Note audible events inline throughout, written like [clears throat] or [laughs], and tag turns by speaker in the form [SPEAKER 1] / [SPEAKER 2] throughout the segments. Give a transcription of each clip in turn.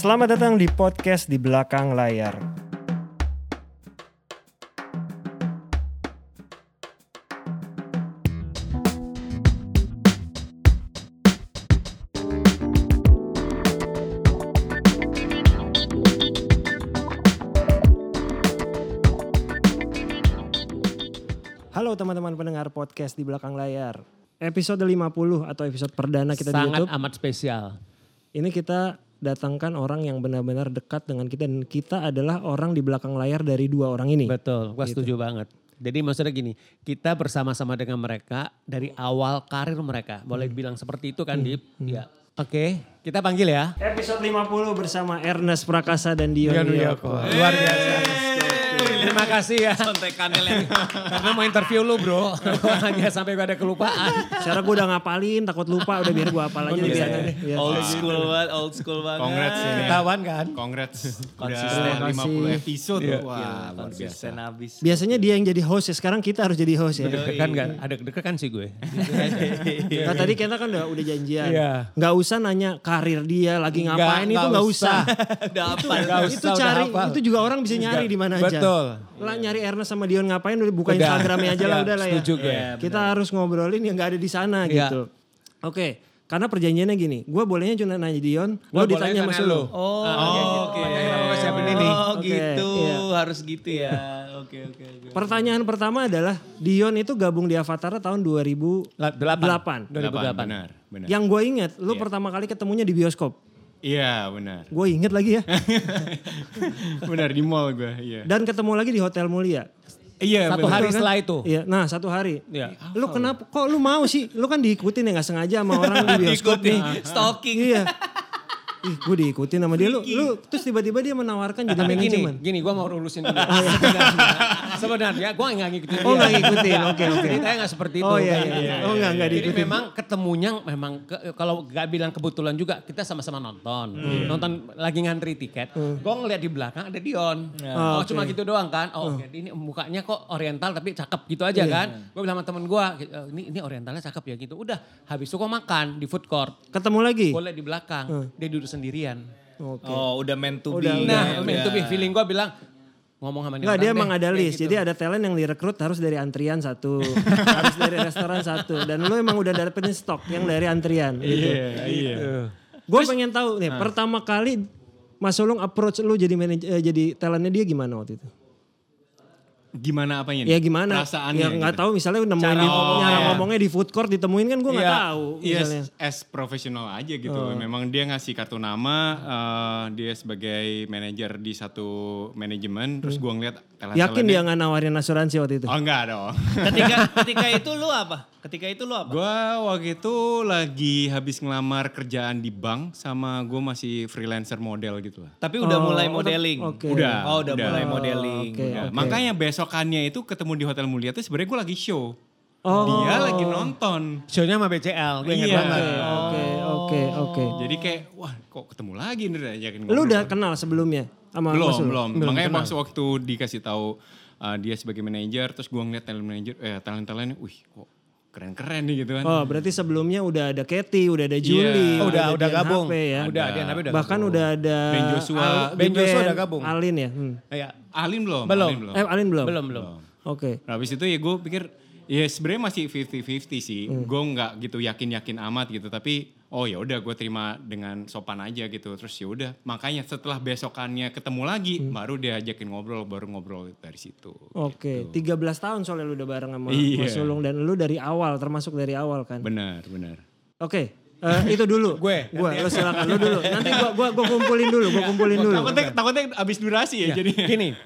[SPEAKER 1] Selamat datang di podcast di belakang layar. Halo teman-teman pendengar podcast di belakang layar. Episode 50 atau episode perdana kita di
[SPEAKER 2] Sangat
[SPEAKER 1] YouTube.
[SPEAKER 2] amat spesial.
[SPEAKER 1] Ini kita datangkan orang yang benar-benar dekat dengan kita dan kita adalah orang di belakang layar dari dua orang ini.
[SPEAKER 2] Betul, gue setuju banget. Jadi maksudnya gini, kita bersama-sama dengan mereka dari awal karir mereka. Boleh dibilang seperti itu kan, Dip? Ya. Oke, kita panggil ya.
[SPEAKER 1] Episode 50 bersama Ernest Prakasa dan Dion Wiyoko.
[SPEAKER 2] Luar biasa. Terima kasih ya. [laughs] Karena mau interview lu bro. [laughs] Hanya sampai gue ada kelupaan.
[SPEAKER 1] Secara gue udah ngapalin, takut lupa, udah biar gue hafal aja deh, biar nanti. Biar.
[SPEAKER 3] Old school
[SPEAKER 1] gitu.
[SPEAKER 3] banget, old school banget.
[SPEAKER 4] Congrats
[SPEAKER 1] Eh.
[SPEAKER 4] ini. ya.
[SPEAKER 2] Ketahuan kan?
[SPEAKER 4] Congrats.
[SPEAKER 3] Konsisten.
[SPEAKER 4] Udah 50 episode.
[SPEAKER 1] Iya.
[SPEAKER 4] Wah, luar biasa.
[SPEAKER 3] Konsisten abis.
[SPEAKER 1] Biasanya dia yang jadi host ya, sekarang kita harus jadi host ya.
[SPEAKER 2] Deg-degan kan? Ada deg-degan sih [laughs] gue.
[SPEAKER 1] Nah, tadi kita kan udah, udah janjian,
[SPEAKER 2] Iya.
[SPEAKER 1] nggak usah nanya karir dia lagi
[SPEAKER 2] Nggak,
[SPEAKER 1] ngapain itu
[SPEAKER 2] nggak
[SPEAKER 1] nggak usah.
[SPEAKER 2] usah.
[SPEAKER 3] Dapat.
[SPEAKER 2] Nggak usah,
[SPEAKER 1] itu
[SPEAKER 2] udah
[SPEAKER 1] cari,
[SPEAKER 2] hafal.
[SPEAKER 1] itu juga orang bisa nyari di mana aja.
[SPEAKER 2] Betul.
[SPEAKER 1] Lah nyari Ernest sama Dion ngapain udah buka
[SPEAKER 2] Udah.
[SPEAKER 1] Instagramnya aja lah
[SPEAKER 2] [laughs] Iya,
[SPEAKER 1] udah lah ya.
[SPEAKER 2] setuju gue. Iya,
[SPEAKER 1] Kita harus ngobrolin yang nggak ada di sana
[SPEAKER 2] Iya.
[SPEAKER 1] gitu. Oke, karena perjanjiannya gini, gue bolehnya cuma nanya Dion, lo
[SPEAKER 2] Gua
[SPEAKER 1] ditanya
[SPEAKER 2] boleh
[SPEAKER 1] sama
[SPEAKER 2] tanya
[SPEAKER 1] lu.
[SPEAKER 2] lu.
[SPEAKER 3] Oh, oke.
[SPEAKER 2] siapin ini.
[SPEAKER 3] Oh,
[SPEAKER 1] Oke,
[SPEAKER 3] gitu.
[SPEAKER 1] iya.
[SPEAKER 3] Harus gitu ya. Oke, oke, oke.
[SPEAKER 1] Pertanyaan pertama adalah Dion itu gabung di Avatar tahun 2008.
[SPEAKER 2] La- Delapan.
[SPEAKER 4] 8,
[SPEAKER 2] 2008.
[SPEAKER 4] Benar, benar.
[SPEAKER 1] Yang gue inget, lu
[SPEAKER 2] Iya.
[SPEAKER 1] pertama kali ketemunya di bioskop.
[SPEAKER 4] Iya,
[SPEAKER 1] [laughs]
[SPEAKER 4] benar.
[SPEAKER 1] Gue inget
[SPEAKER 2] [laughs]
[SPEAKER 1] lagi ya.
[SPEAKER 4] benar di mall gue, iya.
[SPEAKER 1] Dan ketemu lagi di Hotel Mulia.
[SPEAKER 4] Iya,
[SPEAKER 2] Satu
[SPEAKER 4] benar.
[SPEAKER 2] hari setelah itu.
[SPEAKER 1] Iya, nah satu hari.
[SPEAKER 2] Iya.
[SPEAKER 1] Lu kenapa? Kok lu mau sih? Lu kan diikutin ya nggak sengaja sama orang di bioskop nih.
[SPEAKER 2] Ah.
[SPEAKER 3] Stalking.
[SPEAKER 1] Iya. Ih, gue diikutin sama dia. Lu, lu terus tiba-tiba dia menawarkan jadi
[SPEAKER 2] Tapi gini,
[SPEAKER 1] manajemen.
[SPEAKER 2] gini gue mau
[SPEAKER 1] [laughs]
[SPEAKER 2] lulusin dulu. Sebenarnya, sebenarnya gue nggak ngikutin dia.
[SPEAKER 1] iya.
[SPEAKER 2] Iya.
[SPEAKER 1] Oh, nggak ngikutin. Oke, oke.
[SPEAKER 2] Ceritanya nggak seperti itu. kan?
[SPEAKER 1] Oh, iya,
[SPEAKER 2] kayaknya.
[SPEAKER 1] iya, iya. Oh, nggak, nggak
[SPEAKER 2] Jadi
[SPEAKER 1] diikutin.
[SPEAKER 2] memang ketemunya memang ke- kalau nggak bilang kebetulan juga kita sama-sama nonton.
[SPEAKER 1] Hmm. Iya.
[SPEAKER 2] Nonton lagi ngantri tiket. Gue ngeliat di belakang ada Dion.
[SPEAKER 1] Ya.
[SPEAKER 2] Oh, cuma gitu doang kan. Oh,
[SPEAKER 1] Hmm.
[SPEAKER 2] oke, ini mukanya kok oriental tapi cakep gitu
[SPEAKER 1] Iya.
[SPEAKER 2] aja kan. Gue bilang sama temen gue, ini ini orientalnya cakep ya gitu. Udah, habis itu gue makan di food court.
[SPEAKER 1] Ketemu lagi.
[SPEAKER 2] Gue liat di belakang,
[SPEAKER 1] Hmm.
[SPEAKER 2] dia duduk sendirian.
[SPEAKER 1] Oke.
[SPEAKER 3] Oh, udah meant to be.
[SPEAKER 1] Udah,
[SPEAKER 3] ya,
[SPEAKER 2] Nah,
[SPEAKER 3] udah.
[SPEAKER 2] itu be feeling gue bilang ngomong sama
[SPEAKER 1] Enggak,
[SPEAKER 2] orang
[SPEAKER 1] dia
[SPEAKER 2] deh.
[SPEAKER 1] emang ada
[SPEAKER 2] Kayak
[SPEAKER 1] list.
[SPEAKER 2] gitu.
[SPEAKER 1] Jadi ada talent yang direkrut harus dari antrian satu. harus dari restoran satu. Dan lu emang udah dapetin stok yang dari antrian. Gitu.
[SPEAKER 4] Iya, iya.
[SPEAKER 1] Gue pengen tahu
[SPEAKER 2] Ah.
[SPEAKER 1] nih, pertama kali Mas Solong approach lu jadi manaj- eh, jadi talentnya dia gimana waktu itu?
[SPEAKER 4] Gimana apanya? nih?
[SPEAKER 1] Ya gimana?
[SPEAKER 4] Perasaannya.
[SPEAKER 1] ya nggak
[SPEAKER 4] gitu.
[SPEAKER 1] tahu misalnya nemuin
[SPEAKER 2] Cara
[SPEAKER 1] di,
[SPEAKER 2] ngomongnya.
[SPEAKER 1] cara ngomongnya di food court ditemuin kan gue nggak
[SPEAKER 2] Iya.
[SPEAKER 1] tahu
[SPEAKER 4] Iya,
[SPEAKER 1] misalnya. Oh.
[SPEAKER 4] as profesional aja gitu. Memang dia ngasih kartu nama, eh, dia sebagai manajer di satu manajemen. Terus gue ngeliat
[SPEAKER 1] Hmm. Yakin dia nggak nawarin asuransi waktu itu?
[SPEAKER 4] Oh enggak
[SPEAKER 1] [laughs]
[SPEAKER 4] dong.
[SPEAKER 3] [laughs] Ketika ketika itu lu apa? Ketika itu lu apa?
[SPEAKER 4] Gue waktu itu lagi habis ngelamar kerjaan di bank sama gue masih freelancer model gitu lah.
[SPEAKER 3] Tapi udah mulai
[SPEAKER 1] Oh,
[SPEAKER 3] modeling.
[SPEAKER 1] Oke.
[SPEAKER 4] Udah.
[SPEAKER 3] Oh, udah,
[SPEAKER 4] udah.
[SPEAKER 3] mulai modeling.
[SPEAKER 1] Oke.
[SPEAKER 4] Ya, Makanya besokannya itu ketemu di Hotel Mulia itu sebenarnya gue lagi show.
[SPEAKER 1] Oh.
[SPEAKER 4] Dia lagi nonton.
[SPEAKER 2] Show-nya sama BCL, gue inget
[SPEAKER 4] Iya.
[SPEAKER 2] banget.
[SPEAKER 1] Oke, oke, oke.
[SPEAKER 4] Jadi kayak wah kok ketemu lagi nih Ya udah ajakin
[SPEAKER 1] Lu
[SPEAKER 4] ngobrol.
[SPEAKER 1] udah kenal sebelumnya sama
[SPEAKER 4] belum,
[SPEAKER 1] Mas Ulung?
[SPEAKER 4] belum Makanya pas waktu dikasih tahu uh, dia sebagai manajer terus gue ngeliat talent manager eh talent talentnya wih kok keren-keren nih gitu kan.
[SPEAKER 1] Oh, berarti sebelumnya udah ada Katy, udah ada Julie,
[SPEAKER 4] Iya.
[SPEAKER 2] Oh, udah
[SPEAKER 1] ada
[SPEAKER 2] udah
[SPEAKER 1] Dian
[SPEAKER 2] gabung.
[SPEAKER 1] HP ya.
[SPEAKER 2] Udah, dia tapi udah
[SPEAKER 1] Bahkan udah ada
[SPEAKER 4] Ben Joshua.
[SPEAKER 1] Al-
[SPEAKER 2] Ben
[SPEAKER 1] di
[SPEAKER 2] Joshua
[SPEAKER 1] band
[SPEAKER 2] udah gabung.
[SPEAKER 1] Alin ya. Hmm.
[SPEAKER 2] Iya. Oh.
[SPEAKER 4] Alin belum?
[SPEAKER 2] Belum.
[SPEAKER 4] Alin belum.
[SPEAKER 1] Eh, Alin belum.
[SPEAKER 2] Belum, belum.
[SPEAKER 1] Oke.
[SPEAKER 4] Nah, habis itu ya gue pikir ya sebenarnya masih 50-50 sih. Gue nggak gitu yakin-yakin amat gitu, tapi oh ya udah gue terima dengan sopan aja gitu. Terus ya udah, makanya setelah besokannya ketemu lagi baru dia ajakin ngobrol, baru ngobrol dari situ.
[SPEAKER 1] Oke, 13 tahun soalnya lu udah bareng sama
[SPEAKER 4] Iya.
[SPEAKER 1] Mas Ulung dan lu dari awal termasuk dari awal kan.
[SPEAKER 4] Benar, benar.
[SPEAKER 1] Oke, eh, itu dulu.
[SPEAKER 2] Gue.
[SPEAKER 1] gue, lo silakan lo dulu. Nanti gue, gue, gue kumpulin dulu, gue kumpulin dulu.
[SPEAKER 4] Takutnya takutnya abis durasi ya, jadi
[SPEAKER 2] Gini,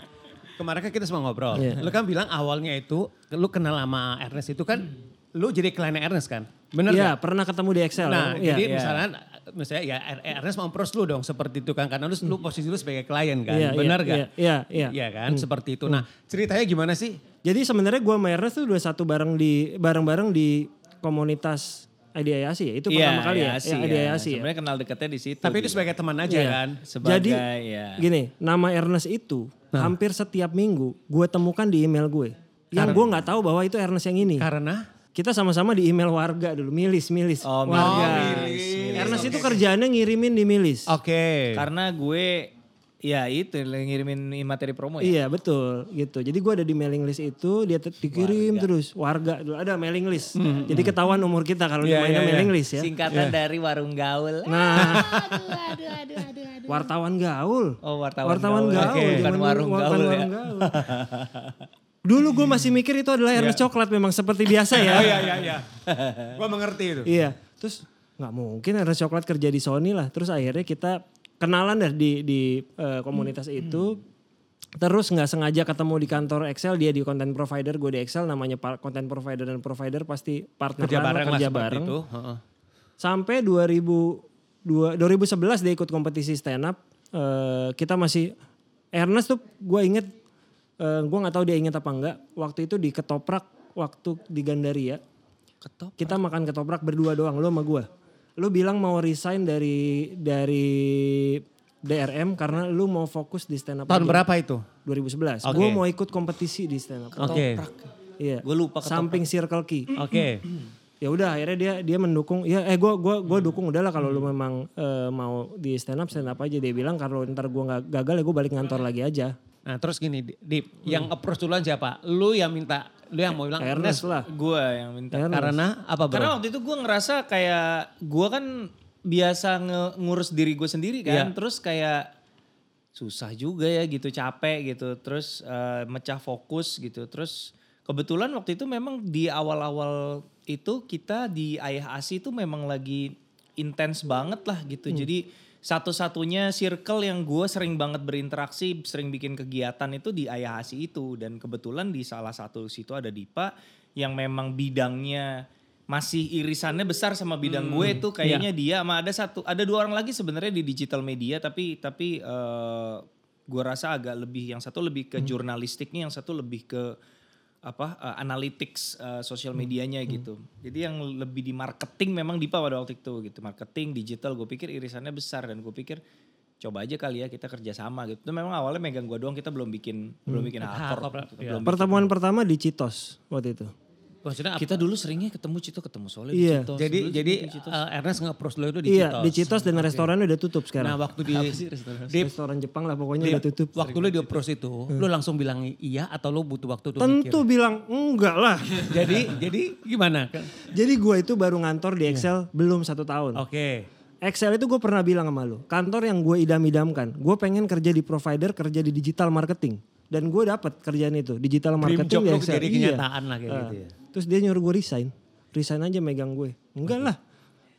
[SPEAKER 2] kemarin kan kita semua ngobrol.
[SPEAKER 1] Iya.
[SPEAKER 2] Lu kan bilang awalnya itu, lu kenal sama Ernest itu kan, lu jadi kliennya Ernest kan? Bener
[SPEAKER 1] Iya,
[SPEAKER 2] nggak?
[SPEAKER 1] pernah ketemu di Excel.
[SPEAKER 2] Nah,
[SPEAKER 1] Iya.
[SPEAKER 2] jadi misalnya, misalnya ya Er- Ernest mau pros lu dong seperti itu kan, karena lu, lu posisi lu sebagai klien kan,
[SPEAKER 1] Hmm. Iya,
[SPEAKER 2] bener
[SPEAKER 1] iya,
[SPEAKER 2] gak?
[SPEAKER 1] iya, iya. Hmm.
[SPEAKER 2] kan, seperti itu. Nah, ceritanya gimana sih?
[SPEAKER 1] Jadi sebenarnya gue sama Ernest tuh udah satu bareng di bareng-bareng di komunitas IDIASI ya. Itu pertama kali ya.
[SPEAKER 3] Asi
[SPEAKER 1] Iya, IDIASI ya.
[SPEAKER 3] Sebenarnya kenal dekatnya di situ.
[SPEAKER 2] Tapi itu
[SPEAKER 3] gitu.
[SPEAKER 2] sebagai teman aja
[SPEAKER 1] Iya.
[SPEAKER 2] kan?
[SPEAKER 3] sebagai-
[SPEAKER 1] Jadi
[SPEAKER 3] ya.
[SPEAKER 1] gini, nama Ernest itu hampir setiap minggu gue temukan di email gue. Yang gue nggak tahu bahwa itu Ernest yang ini.
[SPEAKER 2] Karena?
[SPEAKER 1] Kita sama-sama di email warga dulu, milis milis
[SPEAKER 3] Oh,
[SPEAKER 1] warga.
[SPEAKER 3] milis, milis.
[SPEAKER 1] Ernest itu kerjaannya ngirimin di Milis.
[SPEAKER 2] Oke.
[SPEAKER 3] Karena gue ya itu yang ngirimin materi promo ya.
[SPEAKER 1] Iya betul gitu. Jadi gua ada di mailing list itu dia te- dikirim terus warga dulu ada mailing list. Jadi ketahuan umur kita kalau
[SPEAKER 2] Iya,
[SPEAKER 1] mainnya
[SPEAKER 2] iya, iya.
[SPEAKER 1] mailing list ya.
[SPEAKER 3] Singkatan dari warung gaul.
[SPEAKER 1] Nah
[SPEAKER 5] aduh, aduh, aduh, aduh, aduh.
[SPEAKER 1] wartawan gaul.
[SPEAKER 3] Oh, wartawan gaul.
[SPEAKER 1] gaul.
[SPEAKER 3] Oke,
[SPEAKER 1] zaman
[SPEAKER 3] bukan
[SPEAKER 1] dulu,
[SPEAKER 3] warung
[SPEAKER 1] bukan
[SPEAKER 3] gaul ya.
[SPEAKER 1] warung gaul. Dulu gue masih mikir itu adalah Ernest Coklat memang seperti biasa ya.
[SPEAKER 2] Oh iya iya iya. Gua mengerti itu.
[SPEAKER 1] Iya. Terus nggak mungkin Ernest Coklat kerja di Sony lah. Terus akhirnya kita kenalan dah di di eh, komunitas
[SPEAKER 2] Hmm.
[SPEAKER 1] itu. Terus nggak sengaja ketemu di kantor Excel dia di content provider, gue di Excel namanya pa- content provider dan provider pasti partner
[SPEAKER 2] Kerja
[SPEAKER 1] lah,
[SPEAKER 2] bareng lah
[SPEAKER 1] kerja
[SPEAKER 2] seperti
[SPEAKER 1] bareng.
[SPEAKER 2] itu. Heeh.
[SPEAKER 1] Sampai 2002, 2011 dia ikut kompetisi stand up. Eh, kita masih Ernest tuh gue inget eh, gue nggak tahu dia inget apa enggak. Waktu itu di Ketoprak waktu di Gandaria.
[SPEAKER 3] Ketop.
[SPEAKER 1] Kita makan ketoprak berdua doang lu sama gua. Lu bilang mau resign dari dari DRM karena lu mau fokus di stand up.
[SPEAKER 2] Tahun
[SPEAKER 1] aja.
[SPEAKER 2] berapa itu?
[SPEAKER 1] 2011.
[SPEAKER 2] Oke. Oh.
[SPEAKER 1] Gua mau ikut kompetisi di stand up.
[SPEAKER 2] Oke.
[SPEAKER 1] Iya.
[SPEAKER 3] Gua lupa ketoprak.
[SPEAKER 1] Samping Circle K
[SPEAKER 2] Oke.
[SPEAKER 1] ya udah akhirnya dia dia mendukung ya eh gue gua gua dukung udahlah kalau lu memang eh, mau di stand up stand up aja dia bilang kalau ntar gue nggak gagal ya gue balik ngantor lagi aja
[SPEAKER 2] Nah terus gini, Di- Dip, yang approach duluan siapa? Lu yang minta, lu yang mau bilang
[SPEAKER 1] Ernest lah
[SPEAKER 3] Gue yang minta.
[SPEAKER 1] Ernest.
[SPEAKER 2] Nah, Karena apa bro?
[SPEAKER 3] Karena waktu itu gue ngerasa kayak gue kan biasa nge- ngurus diri gue sendiri kan, terus kayak susah juga ya gitu, capek gitu, terus eh, mecah fokus gitu, terus kebetulan waktu itu memang di awal-awal itu kita di Ayah Asi itu memang lagi intens banget lah gitu, jadi satu-satunya circle yang gue sering banget berinteraksi, sering bikin kegiatan itu di Ayah Asi itu dan kebetulan di salah satu situ ada Dipa yang memang bidangnya masih irisannya besar sama bidang gue tuh kayaknya dia sama ada satu ada dua orang lagi sebenarnya di digital media tapi tapi eh, gue rasa agak lebih yang satu lebih ke jurnalistiknya yang satu lebih ke apa eh, analytics eh, sosial medianya gitu jadi yang lebih di marketing memang Dipa pada waktu itu gitu marketing digital gue pikir irisannya besar dan gue pikir coba aja kali ya kita kerjasama gitu Itu memang awalnya megang gue doang kita belum bikin belum bikin akor gitu. Belum-
[SPEAKER 1] pertemuan pertama di Citos waktu itu
[SPEAKER 2] Maksudnya apa?
[SPEAKER 3] kita dulu seringnya ketemu Cito ketemu soalnya
[SPEAKER 1] Iya.
[SPEAKER 2] Gitu.
[SPEAKER 3] Cito.
[SPEAKER 2] jadi
[SPEAKER 3] Sebelum
[SPEAKER 2] jadi
[SPEAKER 3] ketemu Cito.
[SPEAKER 2] eh, Ernest nge-approach lu itu di
[SPEAKER 1] iya
[SPEAKER 2] Citos.
[SPEAKER 1] di Citos dan restorannya udah tutup
[SPEAKER 2] Nah
[SPEAKER 1] sekarang
[SPEAKER 2] waktu di, di,
[SPEAKER 1] restoran Jepang lah pokoknya
[SPEAKER 2] di-
[SPEAKER 1] udah tutup
[SPEAKER 2] waktu lu di approach itu, lu langsung bilang iya atau lu butuh waktu untuk mikir?
[SPEAKER 1] tentu bilang enggak lah
[SPEAKER 2] Jadi jadi gimana?
[SPEAKER 1] jadi gue itu baru ngantor di Excel belum satu tahun
[SPEAKER 2] Oke.
[SPEAKER 1] Excel itu gue pernah bilang sama lu, kantor yang gue idam-idamkan, gue pengen kerja di provider, kerja di digital marketing, dan gue dapat kerjaan itu digital marketing
[SPEAKER 2] job
[SPEAKER 1] di
[SPEAKER 2] lu
[SPEAKER 1] Excel.
[SPEAKER 2] jadi
[SPEAKER 1] Iya.
[SPEAKER 2] kenyataan lah kayak
[SPEAKER 1] Ah.
[SPEAKER 2] gitu ya.
[SPEAKER 1] Terus dia nyuruh gue resign, resign aja megang gue, enggak lah,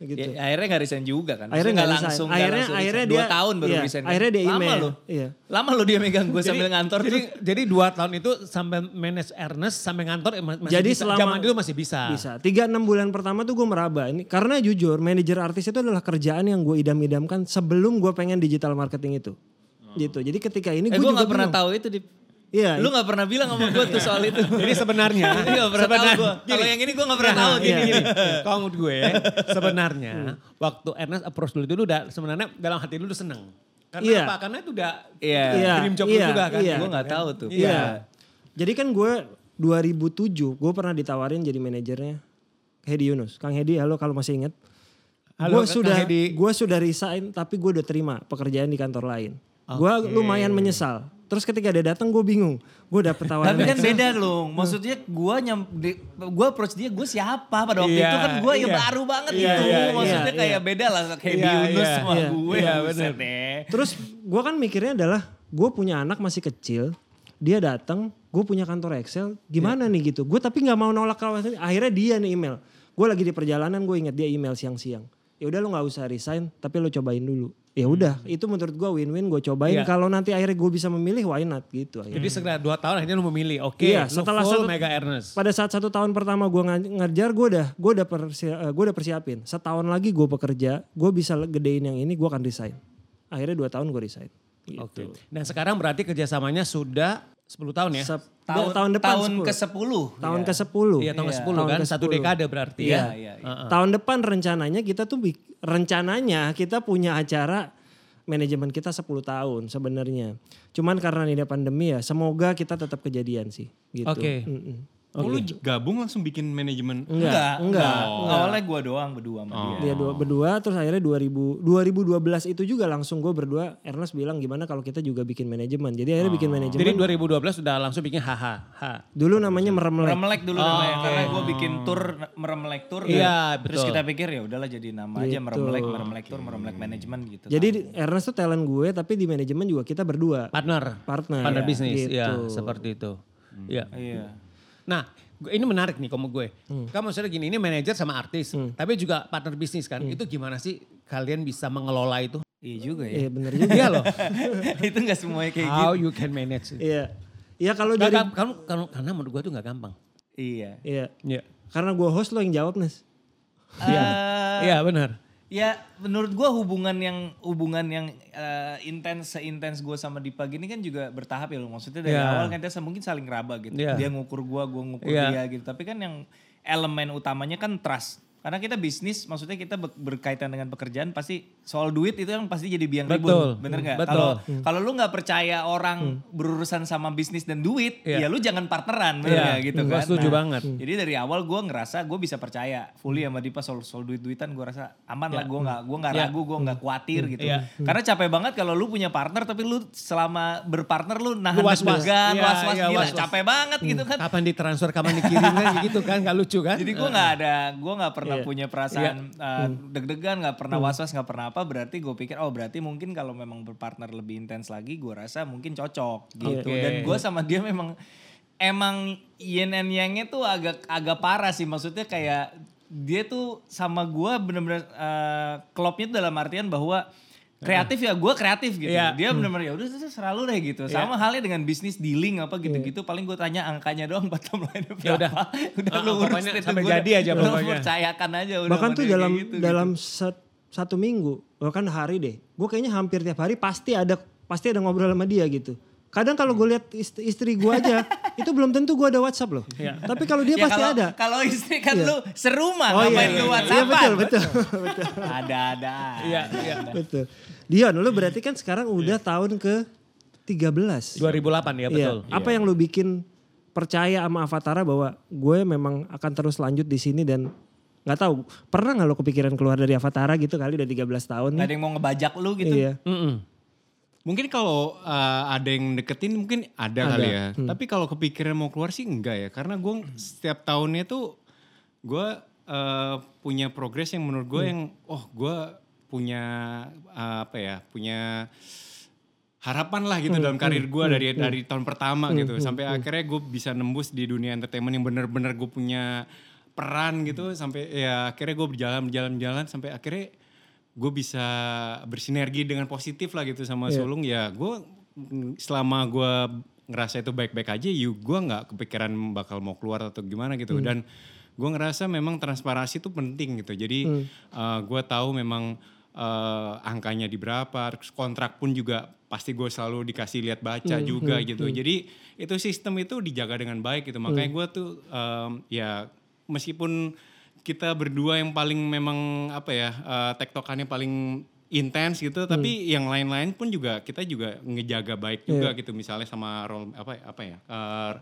[SPEAKER 1] gitu.
[SPEAKER 3] Ya, akhirnya gak resign juga
[SPEAKER 1] Akhirnya
[SPEAKER 3] kan. Maksudnya
[SPEAKER 1] nggak
[SPEAKER 3] nggak
[SPEAKER 1] resign.
[SPEAKER 3] langsung. nggak
[SPEAKER 1] Akhirnya-
[SPEAKER 3] langsung
[SPEAKER 1] akhirnya
[SPEAKER 3] resign. Dua
[SPEAKER 1] dia-
[SPEAKER 3] tahun baru
[SPEAKER 1] iya,
[SPEAKER 3] resign. kan.
[SPEAKER 1] akhirnya dia
[SPEAKER 3] Lama
[SPEAKER 1] email.
[SPEAKER 3] lo.
[SPEAKER 1] Iya.
[SPEAKER 3] Lama lo dia megang gue sambil ngantor
[SPEAKER 2] Jadi,
[SPEAKER 3] tuh.
[SPEAKER 2] jadi dua tahun itu sampai manage Ernest sampai ngantor eh, ma- masih
[SPEAKER 1] Jadi
[SPEAKER 2] bisa.
[SPEAKER 1] selama-
[SPEAKER 2] zaman dulu masih bisa.
[SPEAKER 1] Bisa. Tiga enam bulan pertama tuh gue meraba ini karena jujur manajer artis itu adalah kerjaan yang gue idam-idamkan sebelum gue pengen digital marketing itu, gitu. Jadi ketika ini gue
[SPEAKER 3] Oh. Eh gue
[SPEAKER 1] juga Iya.
[SPEAKER 3] gak pernah
[SPEAKER 1] bilang,
[SPEAKER 3] tahu itu. Dip.
[SPEAKER 1] Iya,
[SPEAKER 3] Lu gak pernah bilang sama gue tuh soal itu.
[SPEAKER 2] Jadi sebenarnya,
[SPEAKER 3] [laughs] Iya gak pernah tahu gue. Kalau yang ini gue gak pernah tahu. Gini, Hmm.
[SPEAKER 2] Iya.
[SPEAKER 3] gini.
[SPEAKER 2] Kalau menurut
[SPEAKER 3] [laughs]
[SPEAKER 2] gue sebenarnya waktu Ernest approach dulu itu lu udah sebenarnya dalam hati lu udah seneng. Karena
[SPEAKER 1] Iya.
[SPEAKER 2] apa? Karena itu udah
[SPEAKER 3] Iya.
[SPEAKER 2] dream job lu
[SPEAKER 1] Iya,
[SPEAKER 2] juga kan.
[SPEAKER 1] iya.
[SPEAKER 3] Gue gak tahu tuh.
[SPEAKER 1] Iya. Jadi kan gue 2007 gue pernah ditawarin jadi manajernya Hedi Yunus. Kang Hedi halo kalau masih ingat. Gue
[SPEAKER 2] Halo, Kang
[SPEAKER 1] sudah
[SPEAKER 2] Hedi.
[SPEAKER 1] gue sudah resign tapi gue udah terima pekerjaan di kantor lain. Gue lumayan menyesal. Terus ketika dia datang gue bingung. Gue dapet tawaran.
[SPEAKER 3] Tapi kan beda loh.
[SPEAKER 2] Hmm.
[SPEAKER 3] Maksudnya gue nyam, gue approach dia gue siapa pada waktu
[SPEAKER 2] Iya,
[SPEAKER 3] itu kan gue ya
[SPEAKER 2] iya.
[SPEAKER 3] baru banget
[SPEAKER 2] Iya,
[SPEAKER 3] itu.
[SPEAKER 2] iya,
[SPEAKER 3] Maksudnya
[SPEAKER 1] iya,
[SPEAKER 3] kayak beda lah kayak
[SPEAKER 2] Iya,
[SPEAKER 3] Yunus
[SPEAKER 2] iya.
[SPEAKER 3] sama
[SPEAKER 1] Iya,
[SPEAKER 3] gue. ya.
[SPEAKER 2] iya,
[SPEAKER 3] buset
[SPEAKER 2] bener.
[SPEAKER 3] deh.
[SPEAKER 1] Terus gue kan mikirnya adalah gue punya anak masih kecil, dia datang, gue punya kantor Excel,
[SPEAKER 2] Ya.
[SPEAKER 1] gimana nih gitu? Gue tapi nggak mau nolak kawasan. Akhirnya dia nih email. Gue lagi di perjalanan, gue inget dia email siang-siang. Ya udah lo nggak usah resign, tapi lo cobain dulu. Ya udah,
[SPEAKER 2] Hmm.
[SPEAKER 1] itu menurut gue win-win. Gue cobain.
[SPEAKER 2] Iya.
[SPEAKER 1] Kalau nanti akhirnya gue bisa memilih, why not gitu. Akhirnya.
[SPEAKER 3] Hmm.
[SPEAKER 2] Jadi segera dua tahun akhirnya lu memilih. Oke,
[SPEAKER 1] Iya,
[SPEAKER 2] lu
[SPEAKER 1] setelah
[SPEAKER 2] full
[SPEAKER 1] satu-
[SPEAKER 2] mega Ernest.
[SPEAKER 1] Pada saat satu tahun pertama gue ngejar, gue udah gue udah persi, eh, gua udah persiapin. Setahun lagi gue bekerja, gue bisa gedein yang ini, gue akan resign. Akhirnya dua tahun gue resign. Gitu.
[SPEAKER 2] Oke. Dan Nah, sekarang berarti kerjasamanya sudah 10 tahun ya?
[SPEAKER 1] Sep-
[SPEAKER 3] Tahun,
[SPEAKER 1] tahun depan
[SPEAKER 3] tahun
[SPEAKER 1] 10.
[SPEAKER 3] ke 10.
[SPEAKER 1] tahun ke 10.
[SPEAKER 2] Iya, tahun ke-10
[SPEAKER 1] Tahun
[SPEAKER 2] kan?
[SPEAKER 1] ke-10.
[SPEAKER 2] Satu dekade berarti
[SPEAKER 3] Iya,
[SPEAKER 2] ya?
[SPEAKER 3] iya, iya.
[SPEAKER 2] Heeh.
[SPEAKER 1] Tahun depan rencananya kita tuh bik- rencananya kita punya acara manajemen kita 10 tahun sebenarnya. Cuman karena ini ada pandemi ya, semoga kita tetap kejadian sih gitu.
[SPEAKER 2] Oke.
[SPEAKER 1] Mm-mm.
[SPEAKER 4] [laughs] Oh, lu gabung langsung bikin manajemen.
[SPEAKER 1] Enggak, enggak.
[SPEAKER 3] Awalnya gue doang berdua sama
[SPEAKER 2] Oh.
[SPEAKER 3] dia.
[SPEAKER 1] Dia Iya, dua, berdua terus akhirnya 2000, 2012 itu juga langsung gue berdua Ernest bilang gimana kalau kita juga bikin manajemen. Jadi akhirnya bikin manajemen.
[SPEAKER 2] Jadi 2012 sudah langsung bikin haha. ha.
[SPEAKER 1] Dulu namanya meremelek.
[SPEAKER 3] Meremelek dulu namanya karena gue bikin tour meremelek tour. kan.
[SPEAKER 2] Oh, Iya,
[SPEAKER 3] Terus
[SPEAKER 2] betul. Gitu.
[SPEAKER 3] kita pikir ya udahlah jadi nama aja meremelek meremelek tour meremelek manajemen gitu.
[SPEAKER 1] Jadi Ernest tuh talent gue tapi di manajemen juga kita berdua.
[SPEAKER 2] Partner.
[SPEAKER 1] Partner.
[SPEAKER 2] Partner
[SPEAKER 1] Iya,
[SPEAKER 2] bisnis.
[SPEAKER 1] gitu.
[SPEAKER 2] Ya, seperti itu. Iya.
[SPEAKER 3] Iya.
[SPEAKER 2] Nah, gu- ini menarik nih kamu gue. Kamu maksudnya gini, ini manajer sama artis, tapi juga partner bisnis kan. Itu gimana sih kalian bisa mengelola itu?
[SPEAKER 3] Iya juga ya.
[SPEAKER 1] Iya bener juga.
[SPEAKER 2] Iya Ah. loh.
[SPEAKER 3] [laughs] itu nggak semuanya kayak gitu.
[SPEAKER 2] How you can manage it.
[SPEAKER 1] Iya. Iya kalau
[SPEAKER 2] Nggak
[SPEAKER 1] dari
[SPEAKER 2] gam- kamu, kamu- karena menurut gue itu nggak gampang.
[SPEAKER 3] Iya.
[SPEAKER 1] Iya.
[SPEAKER 2] Iya.
[SPEAKER 1] Karena gue host lo yang jawab Nes.
[SPEAKER 3] Eh,
[SPEAKER 2] Iya benar.
[SPEAKER 3] Ya menurut gua hubungan yang hubungan yang eh, intens seintens gua sama Dipa gini kan juga bertahap ya loh. Maksudnya dari
[SPEAKER 2] Iya.
[SPEAKER 3] awal kan kita mungkin saling raba gitu.
[SPEAKER 2] Iya.
[SPEAKER 3] Dia ngukur gua, gua ngukur
[SPEAKER 2] Iya.
[SPEAKER 3] dia gitu. Tapi kan yang elemen utamanya kan trust. Karena kita bisnis, maksudnya kita be- berkaitan dengan pekerjaan pasti soal duit itu yang pasti jadi biang
[SPEAKER 2] Betul.
[SPEAKER 3] ribut, bener nggak?
[SPEAKER 2] Betul. Hmm.
[SPEAKER 3] Kalau kalau lu nggak percaya orang berurusan sama bisnis dan duit,
[SPEAKER 2] Iya.
[SPEAKER 3] ya lu jangan
[SPEAKER 2] Iya.
[SPEAKER 3] partneran, bener nggak gitu
[SPEAKER 2] Gua
[SPEAKER 3] kan?
[SPEAKER 2] setuju banget.
[SPEAKER 3] Jadi dari awal gue ngerasa gue bisa percaya fully sama Dipa soal soal duit duitan gue rasa aman lah gue nggak gue nggak
[SPEAKER 2] Ya.
[SPEAKER 3] ragu gue nggak khawatir gitu.
[SPEAKER 2] Ya.
[SPEAKER 3] Karena capek banget kalau lu punya partner tapi lu selama berpartner lu
[SPEAKER 2] Lu
[SPEAKER 3] nahan
[SPEAKER 2] was-was.
[SPEAKER 3] deg-degan,
[SPEAKER 2] Iya,
[SPEAKER 3] was-was
[SPEAKER 2] iya,
[SPEAKER 3] gila,
[SPEAKER 2] was-was. Hmm.
[SPEAKER 3] capek banget gitu kan.
[SPEAKER 2] Kapan ditransfer, kapan dikirim kan [laughs] gitu kan, nggak lucu kan? iya.
[SPEAKER 3] Jadi gue nggak ada, gue nggak pernah punya perasaan uh,
[SPEAKER 2] Hmm.
[SPEAKER 3] deg-degan, nggak pernah was-was, nggak pernah apa. Berarti gue pikir, oh berarti mungkin kalau memang berpartner lebih intens lagi, gue rasa mungkin cocok
[SPEAKER 2] Iya.
[SPEAKER 3] gitu.
[SPEAKER 2] Oke.
[SPEAKER 3] Dan gue sama dia memang emang yin and yangnya tuh agak agak parah sih. Maksudnya kayak dia tuh sama gue bener-bener uh, klopnya tuh dalam artian bahwa kreatif ya gue kreatif gitu
[SPEAKER 2] Iya.
[SPEAKER 3] dia bener-bener ya udah selalu deh gitu sama halnya dengan bisnis dealing apa gitu-gitu paling gue tanya angkanya doang [laughs] bottom line
[SPEAKER 2] Iya. Ya udah.
[SPEAKER 3] udah
[SPEAKER 2] Ah,
[SPEAKER 3] Kan lu urus
[SPEAKER 2] pokoknya
[SPEAKER 3] deh tuh
[SPEAKER 2] sampai
[SPEAKER 3] gua
[SPEAKER 2] jadi aja
[SPEAKER 3] lu
[SPEAKER 2] pokoknya.
[SPEAKER 3] percayakan aja udah
[SPEAKER 1] Bahkan
[SPEAKER 3] sama
[SPEAKER 1] tuh
[SPEAKER 3] dia
[SPEAKER 1] dalam
[SPEAKER 3] kayak gitu,
[SPEAKER 1] dalam set- satu minggu bahkan hari deh. Gue kayaknya hampir tiap hari pasti ada pasti ada ngobrol sama dia gitu. Kadang kalau gue lihat ist- istri gue
[SPEAKER 3] [laughs]
[SPEAKER 1] aja itu belum tentu gue ada WhatsApp loh. Tapi kalau dia
[SPEAKER 3] gitu. Ya,
[SPEAKER 1] pasti
[SPEAKER 3] kalau,
[SPEAKER 1] ada. Iya.
[SPEAKER 3] kalau istri kan lu serumah
[SPEAKER 1] Oh,
[SPEAKER 3] ngapain
[SPEAKER 1] iya,
[SPEAKER 3] lu
[SPEAKER 1] iya.
[SPEAKER 3] whatsappan
[SPEAKER 1] Iya, betul, betul.
[SPEAKER 3] ada ada
[SPEAKER 2] Iya, iya.
[SPEAKER 1] [laughs] Betul. Dion, lu berarti kan sekarang udah
[SPEAKER 3] Iya.
[SPEAKER 1] tahun ke 13.
[SPEAKER 2] 2008 ya betul.
[SPEAKER 1] Iya. Apa yang lu bikin percaya sama Avatara bahwa gue memang akan terus lanjut di sini dan nggak tahu pernah nggak lo kepikiran keluar dari Avatara gitu kali udah 13 tahun
[SPEAKER 3] Gak
[SPEAKER 1] nih?
[SPEAKER 3] ada yang mau ngebajak lu gitu
[SPEAKER 1] Iya.
[SPEAKER 2] Mm-mm.
[SPEAKER 4] Mungkin kalau uh, ada yang deketin mungkin ada, kali ya. Tapi kalau kepikiran mau keluar sih enggak ya. Karena gue setiap tahunnya tuh gue uh, punya progres yang menurut gue yang oh gue punya uh, apa ya punya harapan lah gitu dalam karir gue dari dari tahun pertama gitu sampai akhirnya gue bisa nembus di dunia entertainment yang bener-bener gue punya peran gitu sampai ya akhirnya gue berjalan berjalan berjalan sampai akhirnya gue bisa bersinergi dengan positif lah gitu sama Sulung ya gue mm, selama gue ngerasa itu baik-baik aja you gue nggak kepikiran bakal mau keluar atau gimana gitu dan gue ngerasa memang transparansi itu penting gitu jadi gue tahu memang eh angkanya di berapa, terus kontrak pun juga pasti gue selalu dikasih lihat baca juga gitu. Jadi itu sistem itu dijaga dengan baik gitu. Makanya gue tuh em, ya meskipun kita berdua yang paling memang apa ya eh, tektokannya paling intens
[SPEAKER 1] Hmm.
[SPEAKER 4] gitu, tapi yang lain-lain pun juga kita juga
[SPEAKER 1] Iya.
[SPEAKER 4] ngejaga baik juga gitu. Misalnya sama role apa apa ya. eh,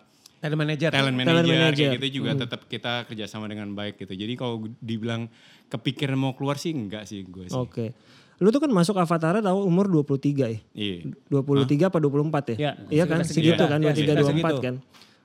[SPEAKER 2] Talent manager.
[SPEAKER 4] talent
[SPEAKER 1] Iya,
[SPEAKER 4] manager,
[SPEAKER 1] Talent
[SPEAKER 4] kayak
[SPEAKER 1] manager. Hmm.
[SPEAKER 4] gitu juga tetap kita kerjasama dengan baik gitu. Jadi kalau dibilang kepikiran mau keluar sih enggak sih gue sih.
[SPEAKER 1] Oke. Lu tuh kan masuk Avatara tahu umur 23 ya?
[SPEAKER 4] Iya.
[SPEAKER 1] 23 apa 24 ya?
[SPEAKER 2] Iya.
[SPEAKER 1] iya kan?
[SPEAKER 2] Sekitar
[SPEAKER 1] Segitu
[SPEAKER 2] segitu.
[SPEAKER 1] kan
[SPEAKER 2] Iya,
[SPEAKER 1] 23
[SPEAKER 2] sekitar
[SPEAKER 1] 24
[SPEAKER 2] segitu.
[SPEAKER 1] kan.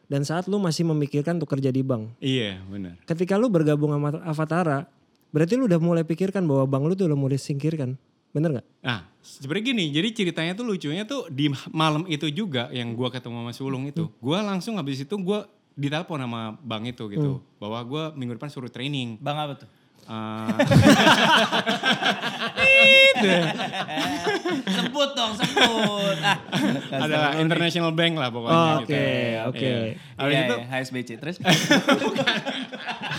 [SPEAKER 1] Dan saat lu masih memikirkan untuk kerja di bank.
[SPEAKER 4] Iya, benar.
[SPEAKER 1] Ketika lu bergabung sama Avatara, berarti lu udah mulai pikirkan bahwa bank lu tuh udah mulai singkirkan. Bener nggak?
[SPEAKER 4] Nah, sebenarnya gini, jadi ceritanya tuh lucunya tuh di malam itu juga yang gua ketemu sama Sulung itu. Gua langsung habis itu gua ditelepon sama Bang itu
[SPEAKER 1] Hmm.
[SPEAKER 4] gitu, bahwa gua minggu depan
[SPEAKER 1] [laughs]
[SPEAKER 4] suruh training.
[SPEAKER 3] bang apa tuh
[SPEAKER 4] Eh,
[SPEAKER 3] sebut dong sebut ah
[SPEAKER 4] ada international bank lah pokoknya
[SPEAKER 1] Oh,
[SPEAKER 4] gitu.
[SPEAKER 1] oke,
[SPEAKER 4] Iya.
[SPEAKER 1] oke.
[SPEAKER 4] Habis
[SPEAKER 3] Iya,
[SPEAKER 4] itu
[SPEAKER 3] iya, HSBC terus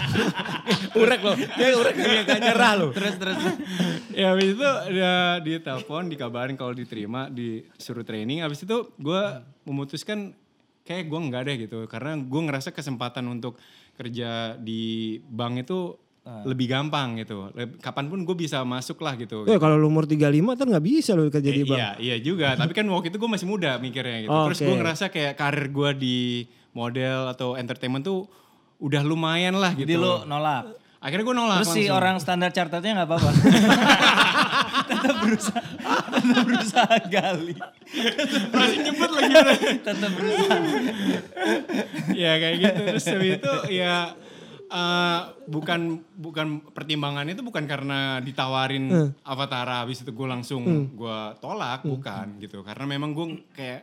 [SPEAKER 2] Gitu. Urek loh. Dia urek dia gak nyerah loh.
[SPEAKER 3] terus terus
[SPEAKER 4] [laughs] ya habis itu dia di telepon dikabarin kalau diterima disuruh training habis itu gue memutuskan kayak gue nggak deh gitu karena gue ngerasa kesempatan untuk kerja di bank itu
[SPEAKER 3] Ah.
[SPEAKER 4] lebih gampang gitu. Leb- Kapanpun gue bisa masuk lah
[SPEAKER 3] Oh,
[SPEAKER 4] gitu.
[SPEAKER 1] Eh kalau lu umur 35 ntar nggak bisa lu kerja di
[SPEAKER 4] Eh,
[SPEAKER 1] bank.
[SPEAKER 4] Iya, iya juga. Tapi kan waktu itu gue masih muda mikirnya gitu. Terus
[SPEAKER 1] Oke.
[SPEAKER 4] gue ngerasa kayak karir gue di model atau entertainment tuh udah lumayan lah gitu.
[SPEAKER 3] Jadi lo nolak.
[SPEAKER 4] Akhirnya gue
[SPEAKER 2] Ah,
[SPEAKER 4] nolak
[SPEAKER 3] Terus si
[SPEAKER 4] langsung.
[SPEAKER 3] orang standar charternya
[SPEAKER 2] [laughs]
[SPEAKER 3] nggak apa-apa. tetap berusaha, tetap berusaha gali.
[SPEAKER 4] Masih nyebut lagi.
[SPEAKER 2] Iya.
[SPEAKER 4] udah.
[SPEAKER 3] Tetap berusaha.
[SPEAKER 4] ya kayak gitu. Terus habis itu ya eh, bukan bukan pertimbangannya itu bukan karena ditawarin Avatara habis itu gue langsung gue tolak bukan gitu karena memang gue kayak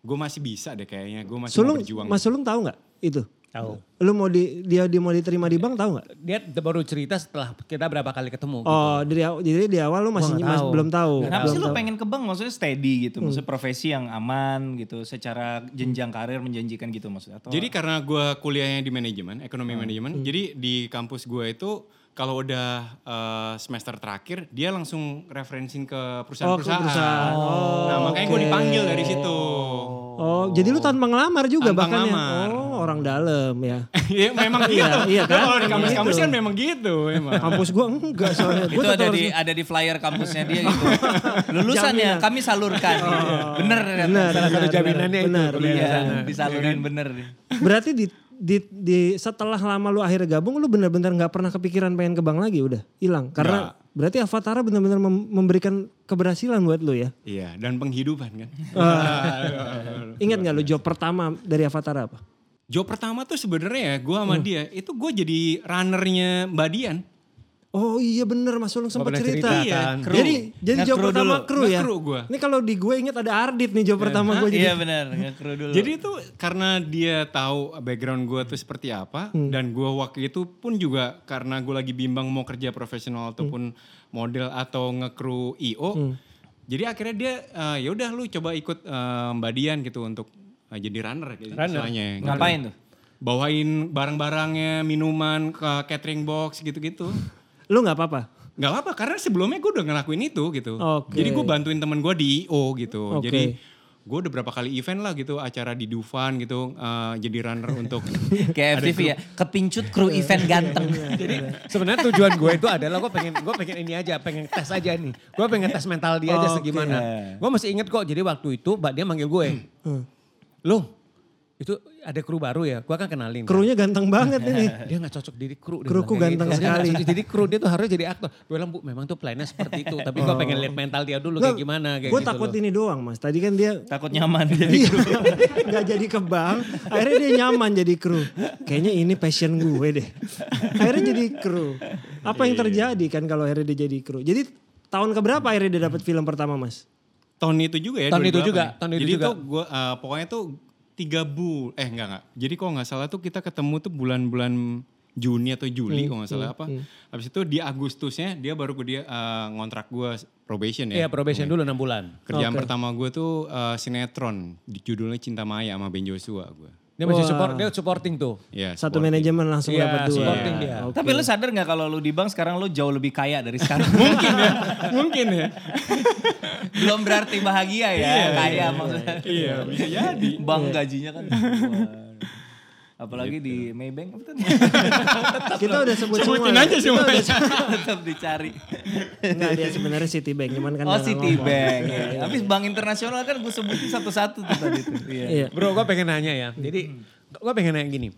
[SPEAKER 4] gue masih bisa deh kayaknya gue masih mau
[SPEAKER 1] Sulung,
[SPEAKER 4] berjuang
[SPEAKER 1] Mas Sulung tahu nggak itu?
[SPEAKER 3] Tahu.
[SPEAKER 1] Lu mau di dia di mau diterima di bank tahu nggak?
[SPEAKER 2] Dia d- baru cerita setelah kita berapa kali ketemu. gitu.
[SPEAKER 1] Oh, dari aw- jadi di awal lu masih,
[SPEAKER 2] nggak
[SPEAKER 1] masih
[SPEAKER 2] tahu.
[SPEAKER 1] belum tahu.
[SPEAKER 3] Kenapa
[SPEAKER 1] Belum
[SPEAKER 3] sih lo
[SPEAKER 1] tahu.
[SPEAKER 3] pengen ke bank? Maksudnya steady gitu. Maksudnya profesi yang aman gitu. Secara jenjang karir menjanjikan gitu maksudnya. Atau
[SPEAKER 4] Jadi karena gue kuliahnya di manajemen, ekonomi manajemen, jadi di kampus gue itu kalau udah eh, semester terakhir dia langsung referensin ke perusahaan-perusahaan.
[SPEAKER 1] perusahaan.
[SPEAKER 4] nah makanya gue dipanggil dari situ.
[SPEAKER 1] Oh, jadi lu tanpa ngelamar juga
[SPEAKER 4] Tanpa
[SPEAKER 1] bahkan
[SPEAKER 4] ngelamar.
[SPEAKER 1] ya. Oh, orang dalam ya.
[SPEAKER 4] [laughs] Iya memang gitu.
[SPEAKER 1] Iya, iya kan?
[SPEAKER 4] Kan Kalau di
[SPEAKER 1] Memang
[SPEAKER 4] kampus-kampus
[SPEAKER 1] gitu.
[SPEAKER 4] kan memang gitu
[SPEAKER 1] [laughs]
[SPEAKER 4] emang.
[SPEAKER 1] Kampus gua enggak soalnya.
[SPEAKER 3] itu
[SPEAKER 1] Gua
[SPEAKER 3] ada
[SPEAKER 1] tetap
[SPEAKER 3] di
[SPEAKER 1] harus-
[SPEAKER 3] ada di flyer kampusnya dia gitu. Lulusan ya kami salurkan.
[SPEAKER 1] Oh.
[SPEAKER 3] Bener ternyata.
[SPEAKER 1] Benar,
[SPEAKER 3] Salah satu
[SPEAKER 1] benar,
[SPEAKER 3] jaminannya itu.
[SPEAKER 1] benar,
[SPEAKER 3] Iya,
[SPEAKER 1] benar, benar.
[SPEAKER 3] disalurin bener. nih.
[SPEAKER 1] Berarti di di di setelah lama lu akhirnya gabung lu benar-benar nggak pernah kepikiran pengen ke bank lagi udah hilang karena berarti Avatara benar-benar mem- memberikan keberhasilan buat lu ya.
[SPEAKER 4] Iya dan penghidupan
[SPEAKER 1] [laughs]
[SPEAKER 4] kan.
[SPEAKER 1] Ingat nggak lu job pertama dari Avatara apa?
[SPEAKER 4] [laughs] Job pertama tuh sebenarnya ya gue sama
[SPEAKER 1] Hmm.
[SPEAKER 4] dia itu gue jadi runnernya Mbak Dian.
[SPEAKER 1] Oh iya bener Mas Sulung sempat
[SPEAKER 2] pernah
[SPEAKER 1] cerita.
[SPEAKER 2] cerita,
[SPEAKER 1] Iya,
[SPEAKER 2] kan.
[SPEAKER 1] Jadi jadi job
[SPEAKER 3] Nge-crew
[SPEAKER 1] pertama
[SPEAKER 3] dulu.
[SPEAKER 1] kru ya.
[SPEAKER 4] Nge-crew gua.
[SPEAKER 1] Ini kalau di gue inget ada Ardit nih job pertama gue jadi.
[SPEAKER 3] Iya bener, ngekru dulu.
[SPEAKER 4] Jadi itu karena dia tahu background gue tuh seperti apa
[SPEAKER 1] Hmm.
[SPEAKER 4] dan gue waktu itu pun juga karena gue lagi bimbang mau kerja
[SPEAKER 1] Hmm.
[SPEAKER 4] profesional ataupun model atau ngekru IO. Jadi akhirnya dia eh, ya udah lu coba ikut eh, Mbak Dian gitu untuk eh, jadi runner gitu istilahnya. gitu.
[SPEAKER 3] Ngapain tuh?
[SPEAKER 4] Bawain barang-barangnya, minuman, ke catering box gitu-gitu.
[SPEAKER 1] Lu nggak apa-apa.
[SPEAKER 4] Gak apa karena sebelumnya gue udah ngelakuin itu gitu.
[SPEAKER 1] Oke.
[SPEAKER 4] Jadi gue bantuin temen gue di IO gitu.
[SPEAKER 1] Oke.
[SPEAKER 4] Jadi gue udah berapa kali event lah gitu, acara di Dufan gitu, eh, jadi
[SPEAKER 2] [laughs]
[SPEAKER 4] runner untuk.
[SPEAKER 3] Kayak FTV ya, kepincut kru event ganteng.
[SPEAKER 2] Jadi gitu. sebenarnya tujuan gue itu adalah gue pengen gue pengen ini aja, pengen tes aja nih. Gue pengen tes mental dia aja segimana. Gue masih inget kok. Jadi waktu itu Mbak dia manggil gue.
[SPEAKER 1] Hmm.
[SPEAKER 2] Lu itu ada kru baru ya. Gue kan kenalin. kan.
[SPEAKER 1] Krunya ganteng banget ini.
[SPEAKER 2] Dia gak cocok jadi kru. dia
[SPEAKER 1] Kruku
[SPEAKER 2] bilang kayak
[SPEAKER 1] ganteng
[SPEAKER 2] gitu. Dia nggak
[SPEAKER 1] sekali.
[SPEAKER 2] cocok jadi kru dia tuh harus jadi aktor. Gue bilang bu memang tuh plannya seperti itu. Tapi gue pengen lihat mental dia dulu kayak gimana. kayak
[SPEAKER 1] Gue
[SPEAKER 2] gitu
[SPEAKER 1] Oh. takut
[SPEAKER 2] loh.
[SPEAKER 1] ini doang mas. Tadi kan dia
[SPEAKER 3] Takut nyaman jadi
[SPEAKER 1] [laughs] Iya, [laughs] nggak jadi ke bank. Akhirnya dia nyaman jadi kru. Kayaknya ini passion gue deh. Akhirnya jadi kru. Apa yang terjadi kan kalau akhirnya dia jadi kru? Jadi tahun keberapa akhirnya dia dapat film pertama mas?
[SPEAKER 4] Tahun itu juga ya.
[SPEAKER 2] Tahun itu
[SPEAKER 4] 2008
[SPEAKER 2] juga,
[SPEAKER 4] ya.
[SPEAKER 2] tahun itu
[SPEAKER 4] jadi
[SPEAKER 2] juga.
[SPEAKER 4] tuh gue pokoknya tuh tiga bu, eh enggak enggak. Jadi kalau nggak salah tuh kita ketemu tuh bulan-bulan Juni atau
[SPEAKER 2] Hmm,
[SPEAKER 4] Juli kalau nggak salah apa. Habis itu di Agustusnya dia baru gue dia eh, ngontrak gue probation ya.
[SPEAKER 2] Iya probation dulu 6 bulan.
[SPEAKER 4] Kerjaan pertama gue tuh eh, sinetron, judulnya Cinta Maya sama Ben Joshua gue.
[SPEAKER 2] Dia masih support, dia supporting tuh.
[SPEAKER 4] Ya,
[SPEAKER 1] Satu manajemen langsung
[SPEAKER 2] Iya,
[SPEAKER 1] dapat dua.
[SPEAKER 2] supporting dia.
[SPEAKER 1] Oke.
[SPEAKER 3] Tapi lu sadar nggak kalau lu di bank sekarang lu jauh lebih kaya dari sekarang?
[SPEAKER 2] [laughs]
[SPEAKER 4] Mungkin ya.
[SPEAKER 3] Belum berarti bahagia ya, kaya maksudnya.
[SPEAKER 4] Iya, bisa jadi. Iya.
[SPEAKER 3] Bank gajinya kan.
[SPEAKER 4] Gitu.
[SPEAKER 3] Apalagi di Maybank apa tuh? [laughs]
[SPEAKER 1] Kita udah sebut semua.
[SPEAKER 4] Sebutin
[SPEAKER 1] ya?
[SPEAKER 4] aja semua.
[SPEAKER 3] tetap dicari.
[SPEAKER 1] Enggak dia sebenarnya Citibank. Cuman kan
[SPEAKER 3] Oh
[SPEAKER 1] dia nggak ngomong.
[SPEAKER 3] Citibank. ya. Habis bank internasional kan gue sebutin satu-satu tuh tadi tuh. Iya.
[SPEAKER 1] Iya.
[SPEAKER 2] Bro, gue pengen nanya ya. Jadi, gue pengen nanya gini.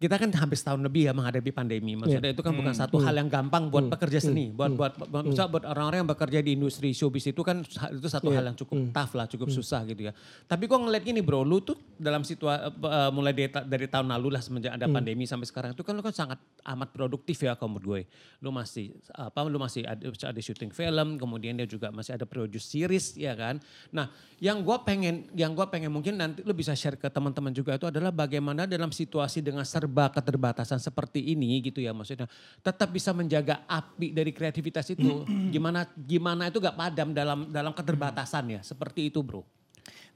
[SPEAKER 2] Kita kan hampir setahun lebih ya menghadapi pandemi. Maksudnya itu kan bukan satu hal yang gampang buat pekerja seni, buat buat buat, misal buat orang-orang yang bekerja di industri showbiz itu kan sa- itu satu hal yang cukup tough lah, cukup susah gitu ya. Tapi gue ngeliat gini bro, lu tuh dalam situasi mulai dari, ta- dari tahun lalu lah semenjak ada pandemi sampai sekarang itu kan lu kan sangat amat produktif ya kalau menurut gue. Lu masih apa? Lu masih ada, ada syuting film, kemudian dia juga masih ada produce series ya kan. Nah, yang gue pengen yang gua pengen mungkin nanti lu bisa share ke teman-teman juga itu adalah bagaimana dalam situasi dengan serba keterbatasan seperti ini gitu ya maksudnya tetap bisa menjaga api dari kreativitas
[SPEAKER 3] [clears throat]
[SPEAKER 2] itu gimana gimana itu gak padam dalam dalam keterbatasan ya seperti itu bro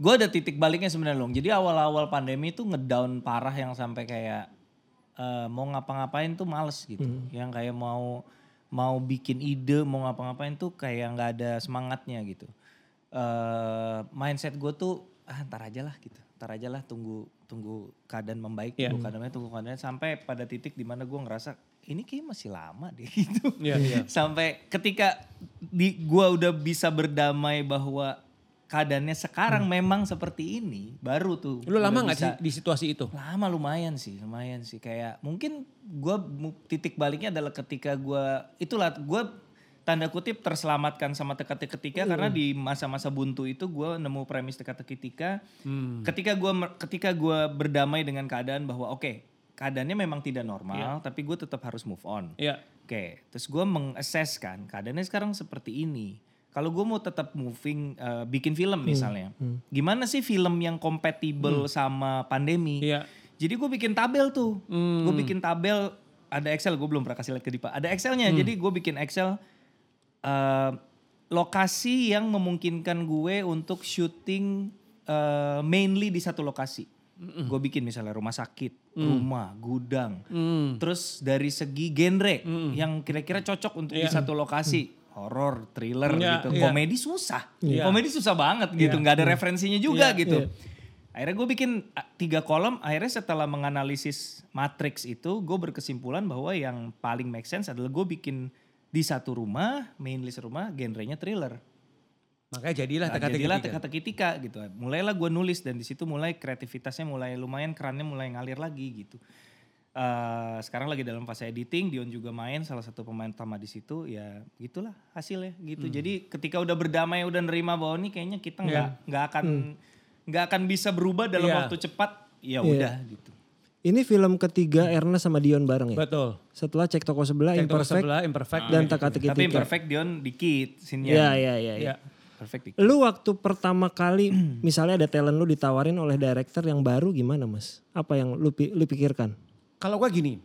[SPEAKER 3] Gue ada titik baliknya sebenarnya Long. Jadi awal-awal pandemi itu ngedown parah yang sampai kayak eh, mau ngapa-ngapain tuh males gitu.
[SPEAKER 2] Hmm.
[SPEAKER 3] Yang kayak mau mau bikin ide, mau ngapa-ngapain tuh kayak nggak ada semangatnya gitu. eh mindset gue tuh ah, ntar aja lah gitu. Ntar ntar aja lah tunggu tunggu keadaan membaik,
[SPEAKER 2] Iya.
[SPEAKER 3] tunggu keadaan membaik, tunggu keadaan sampai pada titik dimana gue ngerasa ini kayaknya masih lama deh [laughs] gitu.
[SPEAKER 2] Iya, iya.
[SPEAKER 3] Sampai ketika di gue udah bisa berdamai bahwa keadaannya sekarang memang seperti ini, baru tuh.
[SPEAKER 2] Hmm. Lu lama
[SPEAKER 3] udah
[SPEAKER 2] nggak sih
[SPEAKER 3] bisa-
[SPEAKER 2] di situasi itu?
[SPEAKER 3] Lama lumayan sih, lumayan sih. Kayak mungkin gue titik baliknya adalah ketika gue itulah gue tanda kutip terselamatkan sama teka-teki ketika
[SPEAKER 2] Hmm.
[SPEAKER 3] karena di masa-masa buntu itu gue nemu premis teka-teki ketika
[SPEAKER 2] Hmm.
[SPEAKER 3] ketika gue ketika gua berdamai dengan keadaan bahwa oke keadaannya memang tidak normal tapi gue tetap harus move on.
[SPEAKER 2] Iya.
[SPEAKER 3] Oke, terus gue mengakses kan keadaannya sekarang seperti ini. Kalau gue mau tetap moving, eh, bikin film misalnya, gimana sih film yang kompatibel sama pandemi?
[SPEAKER 2] Iya.
[SPEAKER 3] Jadi gue bikin tabel tuh,
[SPEAKER 2] Hmm.
[SPEAKER 3] gue bikin tabel ada Excel, gue belum pernah kasih lihat ke Dipa. Ada Excelnya,
[SPEAKER 2] Hmm.
[SPEAKER 3] jadi gue bikin Excel eh, lokasi yang memungkinkan gue untuk syuting eh, mainly di satu lokasi. Gue bikin misalnya rumah sakit,
[SPEAKER 2] Mm.
[SPEAKER 3] rumah, gudang, terus dari segi genre yang kira-kira cocok untuk di satu lokasi horor, thriller
[SPEAKER 2] Mm. Iya,
[SPEAKER 3] gitu,
[SPEAKER 2] iya.
[SPEAKER 3] komedi susah,
[SPEAKER 2] Iya.
[SPEAKER 3] komedi susah banget gitu, nggak ada referensinya juga gitu. Akhirnya gue bikin ah, tiga kolom, akhirnya setelah menganalisis matrix itu, gue berkesimpulan bahwa yang paling make sense adalah gue bikin di satu rumah, main list rumah, genrenya thriller.
[SPEAKER 2] Makanya jadilah
[SPEAKER 3] Nah,
[SPEAKER 2] teka-teki.
[SPEAKER 3] jadilah
[SPEAKER 2] tiga.
[SPEAKER 3] teka-teki tika gitu. Mulailah gue nulis dan di situ mulai kreativitasnya mulai lumayan kerannya mulai ngalir lagi gitu. Eh, sekarang lagi dalam fase editing, Dion juga main salah satu pemain utama di situ ya gitulah hasilnya gitu. Jadi ketika udah berdamai udah nerima bahwa ini kayaknya kita nggak nggak akan nggak akan bisa berubah dalam
[SPEAKER 2] Iya.
[SPEAKER 3] waktu cepat, ya udah gitu.
[SPEAKER 1] Ini film ketiga Ernest sama Dion bareng ya?
[SPEAKER 2] Betul.
[SPEAKER 1] Setelah cek toko sebelah,
[SPEAKER 2] Cek toko
[SPEAKER 1] imperfect,
[SPEAKER 2] sebelah, imperfect.
[SPEAKER 1] dan teka-teki
[SPEAKER 3] Tapi
[SPEAKER 1] tika.
[SPEAKER 3] perfect Dion dikit
[SPEAKER 1] Iya,
[SPEAKER 3] sinnya.
[SPEAKER 1] iya, iya. Gitu, Ya.
[SPEAKER 2] Iya.
[SPEAKER 3] Perfect dikit.
[SPEAKER 1] Lu waktu pertama
[SPEAKER 2] [clears throat]
[SPEAKER 1] kali misalnya ada talent lu ditawarin oleh director yang baru gimana mas? Apa yang lu, pi- lu pikirkan?
[SPEAKER 2] Kalau gua gini,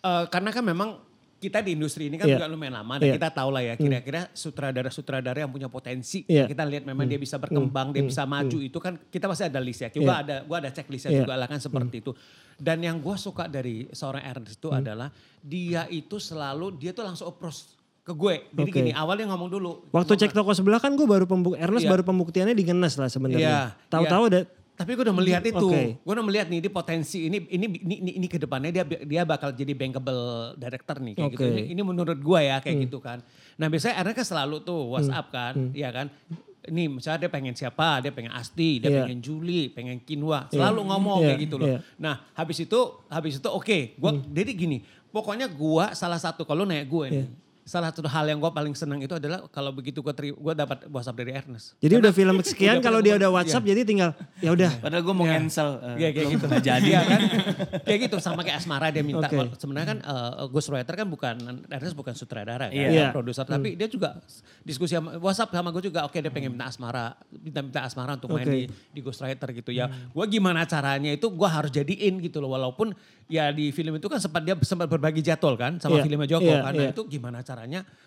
[SPEAKER 2] eh, karena kan memang kita di industri ini kan
[SPEAKER 1] Iya.
[SPEAKER 2] juga lumayan lama dan
[SPEAKER 1] Iya.
[SPEAKER 2] kita tahu lah ya kira-kira sutradara-sutradara yang punya potensi
[SPEAKER 1] Iya. Hmm.
[SPEAKER 2] kita lihat memang dia bisa berkembang dia bisa maju itu kan kita pasti ada list ya juga ada gua ada cek listnya
[SPEAKER 1] Iya.
[SPEAKER 2] juga lah kan seperti itu dan yang gua suka dari seorang Ernest itu
[SPEAKER 1] Hmm.
[SPEAKER 2] adalah dia itu selalu dia tuh langsung approach ke gue jadi
[SPEAKER 1] Oke.
[SPEAKER 2] gini awalnya ngomong dulu
[SPEAKER 1] Waktu
[SPEAKER 2] Ngomong-
[SPEAKER 1] cek toko sebelah kan gue baru pembuk Ernest
[SPEAKER 2] Iya.
[SPEAKER 1] baru pembuktiannya di Ngenes lah sebenarnya.
[SPEAKER 2] Iya,
[SPEAKER 1] Tahu-tahu
[SPEAKER 2] iya.
[SPEAKER 1] ada
[SPEAKER 2] Tapi gue udah melihat itu.
[SPEAKER 1] Oke.
[SPEAKER 2] Gue udah melihat nih, ini potensi ini ini ini ini, ini kedepannya dia dia bakal jadi bankable director nih kayak gitu.
[SPEAKER 1] Oke.
[SPEAKER 2] Ini, ini menurut gue ya kayak gitu kan. Nah biasanya Erna kan selalu tuh WhatsApp kan, ya kan. Ini misalnya dia pengen siapa, dia pengen Asti, dia
[SPEAKER 1] Iya.
[SPEAKER 2] pengen Juli, pengen Kinwa. Selalu ngomong
[SPEAKER 1] Iya,
[SPEAKER 2] kayak gitu loh.
[SPEAKER 1] iya.
[SPEAKER 2] Nah habis itu habis itu oke. Gua jadi gini, pokoknya gua salah satu kalau naik gue nih. Salah satu hal yang gue paling seneng itu adalah kalau begitu gue gue dapat WhatsApp dari Ernest.
[SPEAKER 1] Jadi udah
[SPEAKER 2] [laughs]
[SPEAKER 1] film sekian kalau dia udah WhatsApp jadi tinggal ya udah.
[SPEAKER 3] Padahal gue mau cancel. eh,
[SPEAKER 2] Iya kayak
[SPEAKER 3] belum
[SPEAKER 2] gitu.
[SPEAKER 3] pernah jadi.
[SPEAKER 2] Iya kan. [laughs] kayak gitu sama kayak Asmara dia minta.
[SPEAKER 1] Oke.
[SPEAKER 2] Wal- Sebenarnya kan eh, Ghost Writer kan bukan Ernest bukan sutradara kan,
[SPEAKER 3] Iya.
[SPEAKER 2] bukan
[SPEAKER 1] Iya.
[SPEAKER 2] produser tapi dia juga s- diskusi sama WhatsApp sama gue juga. Oke, dia pengen minta Asmara, minta-minta Asmara untuk
[SPEAKER 1] Oke.
[SPEAKER 2] main di di Ghost Writer gitu ya. Gue gimana caranya itu gue harus jadiin gitu loh walaupun ya di film itu kan sempat dia sempat berbagi jadwal kan
[SPEAKER 1] Iya.
[SPEAKER 2] sama filmnya Joko
[SPEAKER 1] Iya,
[SPEAKER 2] kan. Nah,
[SPEAKER 1] iya.
[SPEAKER 2] itu gimana caranya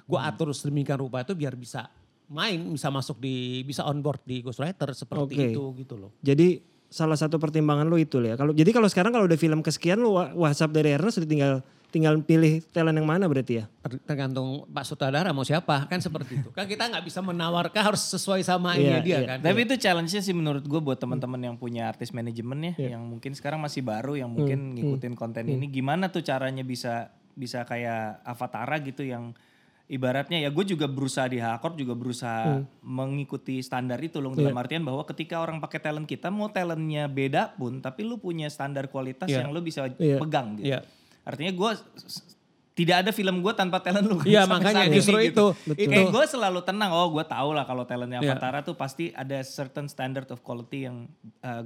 [SPEAKER 2] gue atur sedemikian rupa itu biar bisa main bisa masuk di bisa on board di Ghost Writer seperti
[SPEAKER 1] Oke.
[SPEAKER 2] itu gitu loh.
[SPEAKER 1] Jadi salah satu pertimbangan lu itu ya. Kalau jadi kalau sekarang kalau udah film kesekian lu wa- WhatsApp dari Ernest udah tinggal tinggal pilih talent yang mana
[SPEAKER 2] [laughs]
[SPEAKER 1] berarti ya.
[SPEAKER 2] Ter- tergantung Pak Sutradara mau siapa kan seperti itu kan kita nggak bisa menawarkan harus sesuai sama ini
[SPEAKER 1] Iya,
[SPEAKER 2] dia
[SPEAKER 1] iya.
[SPEAKER 2] kan
[SPEAKER 3] Tapi itu challenge-nya sih menurut gue buat
[SPEAKER 2] Hmm.
[SPEAKER 3] teman-teman yang punya artis manajemen ya,
[SPEAKER 2] Iya.
[SPEAKER 3] yang mungkin sekarang masih baru, yang
[SPEAKER 2] Hmm.
[SPEAKER 3] mungkin ngikutin konten ini, gimana tuh caranya bisa bisa kayak Avatara gitu yang ibaratnya ya gue juga berusaha di Hakor juga
[SPEAKER 2] Hmm.
[SPEAKER 3] berusaha mengikuti standar itu loh
[SPEAKER 2] Iya.
[SPEAKER 3] dalam artian bahwa ketika orang pakai talent kita mau talentnya beda pun tapi lu punya standar kualitas yang lu bisa
[SPEAKER 1] Iya.
[SPEAKER 3] pegang gitu.
[SPEAKER 2] Iya.
[SPEAKER 3] Artinya gue tidak ada film gue tanpa talent lu. kan,
[SPEAKER 2] Iya,
[SPEAKER 3] [laughs] sampai
[SPEAKER 2] makanya
[SPEAKER 3] saat ini
[SPEAKER 2] justru
[SPEAKER 3] gitu.
[SPEAKER 2] itu. Betul.
[SPEAKER 3] Kayak gue selalu tenang oh gue tau lah kalau talentnya
[SPEAKER 2] Iya.
[SPEAKER 3] Avatara tuh pasti ada certain standard of quality yang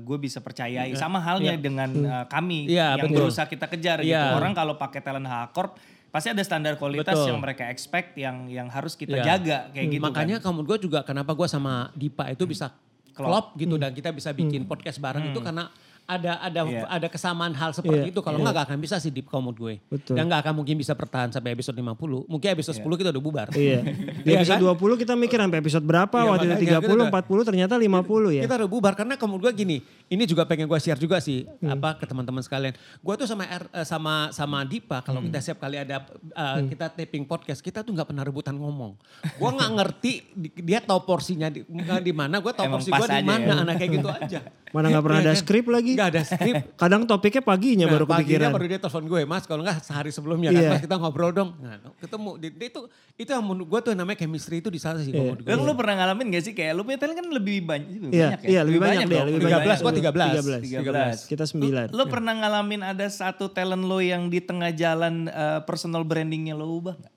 [SPEAKER 3] gue bisa percayai
[SPEAKER 1] Iya.
[SPEAKER 3] sama halnya dengan
[SPEAKER 1] Hmm.
[SPEAKER 3] uh, kami
[SPEAKER 2] Iya,
[SPEAKER 3] yang
[SPEAKER 2] betul.
[SPEAKER 3] berusaha kita kejar gitu
[SPEAKER 2] Iya.
[SPEAKER 3] orang kalau pakai talent H Corp pasti ada standar kualitas
[SPEAKER 2] Betul.
[SPEAKER 3] yang mereka expect yang yang harus kita
[SPEAKER 2] Iya.
[SPEAKER 3] jaga kayak
[SPEAKER 1] Hmm,
[SPEAKER 3] gitu
[SPEAKER 2] makanya
[SPEAKER 1] kan.
[SPEAKER 2] kamu gue juga kenapa gue sama Dipa itu bisa klop gitu
[SPEAKER 1] Hmm.
[SPEAKER 2] dan kita bisa bikin podcast bareng itu karena ada ada
[SPEAKER 1] Iya.
[SPEAKER 2] ada kesamaan hal seperti itu kalau nggak nggak akan bisa sih Dip kalau menurut gue
[SPEAKER 1] Betul.
[SPEAKER 2] dan nggak akan mungkin bisa bertahan sampai episode 50 mungkin episode 10 kita udah bubar
[SPEAKER 1] Iya. Di
[SPEAKER 2] Iya
[SPEAKER 1] episode
[SPEAKER 2] kan?
[SPEAKER 1] 20 kita mikir sampai episode berapa,
[SPEAKER 2] Iya,
[SPEAKER 1] waktu itu
[SPEAKER 2] makanya kita
[SPEAKER 1] 30,
[SPEAKER 2] udah-
[SPEAKER 1] 40, ternyata 50 ya.
[SPEAKER 3] Iya.
[SPEAKER 2] Kita udah bubar karena kamu gue gini, ini juga pengen gue share juga sih
[SPEAKER 3] Hmm.
[SPEAKER 2] apa ke teman-teman sekalian. Gue tuh sama R- eh, sama sama Dipa kalau
[SPEAKER 3] Hmm.
[SPEAKER 2] kita setiap kali ada eh, kita taping podcast kita tuh nggak pernah rebutan ngomong. Gue nggak ngerti di- dia tahu porsinya di, nggak di mana, gue tahu
[SPEAKER 3] Emang
[SPEAKER 2] porsi
[SPEAKER 3] pas
[SPEAKER 2] gue di
[SPEAKER 3] aja
[SPEAKER 2] mana,
[SPEAKER 3] ya. [laughs] Gitu.
[SPEAKER 2] anak kayak gitu aja.
[SPEAKER 1] Mana nggak pernah
[SPEAKER 2] Iya
[SPEAKER 1] ada
[SPEAKER 2] kan?
[SPEAKER 1] skrip lagi.
[SPEAKER 2] Nggak ada skrip.
[SPEAKER 1] Kadang topiknya paginya
[SPEAKER 2] Nah,
[SPEAKER 1] baru
[SPEAKER 2] paginya
[SPEAKER 1] kepikiran.
[SPEAKER 2] baru dia telepon gue, Mas kalau nggak sehari sebelumnya
[SPEAKER 1] Iya.
[SPEAKER 2] kan, Mas kita ngobrol dong. Nah, ketemu. Di- di- itu itu yang menurut gue tuh yang namanya chemistry itu di sana sih. kalau menurut gue.
[SPEAKER 3] Kan lu pernah ngalamin gak sih kayak lu punya talent kan lebih banyak lebih
[SPEAKER 1] Iya,
[SPEAKER 3] banyak ya?
[SPEAKER 1] iya, lebih banyak dia,
[SPEAKER 3] dong,
[SPEAKER 1] lebih banyak.
[SPEAKER 2] 13, gue 13.
[SPEAKER 1] 13.
[SPEAKER 3] 13.
[SPEAKER 1] Kita sembilan.
[SPEAKER 3] Lu, lu pernah ngalamin ada satu talent lo yang di tengah jalan eh, personal brandingnya lo ubah gak?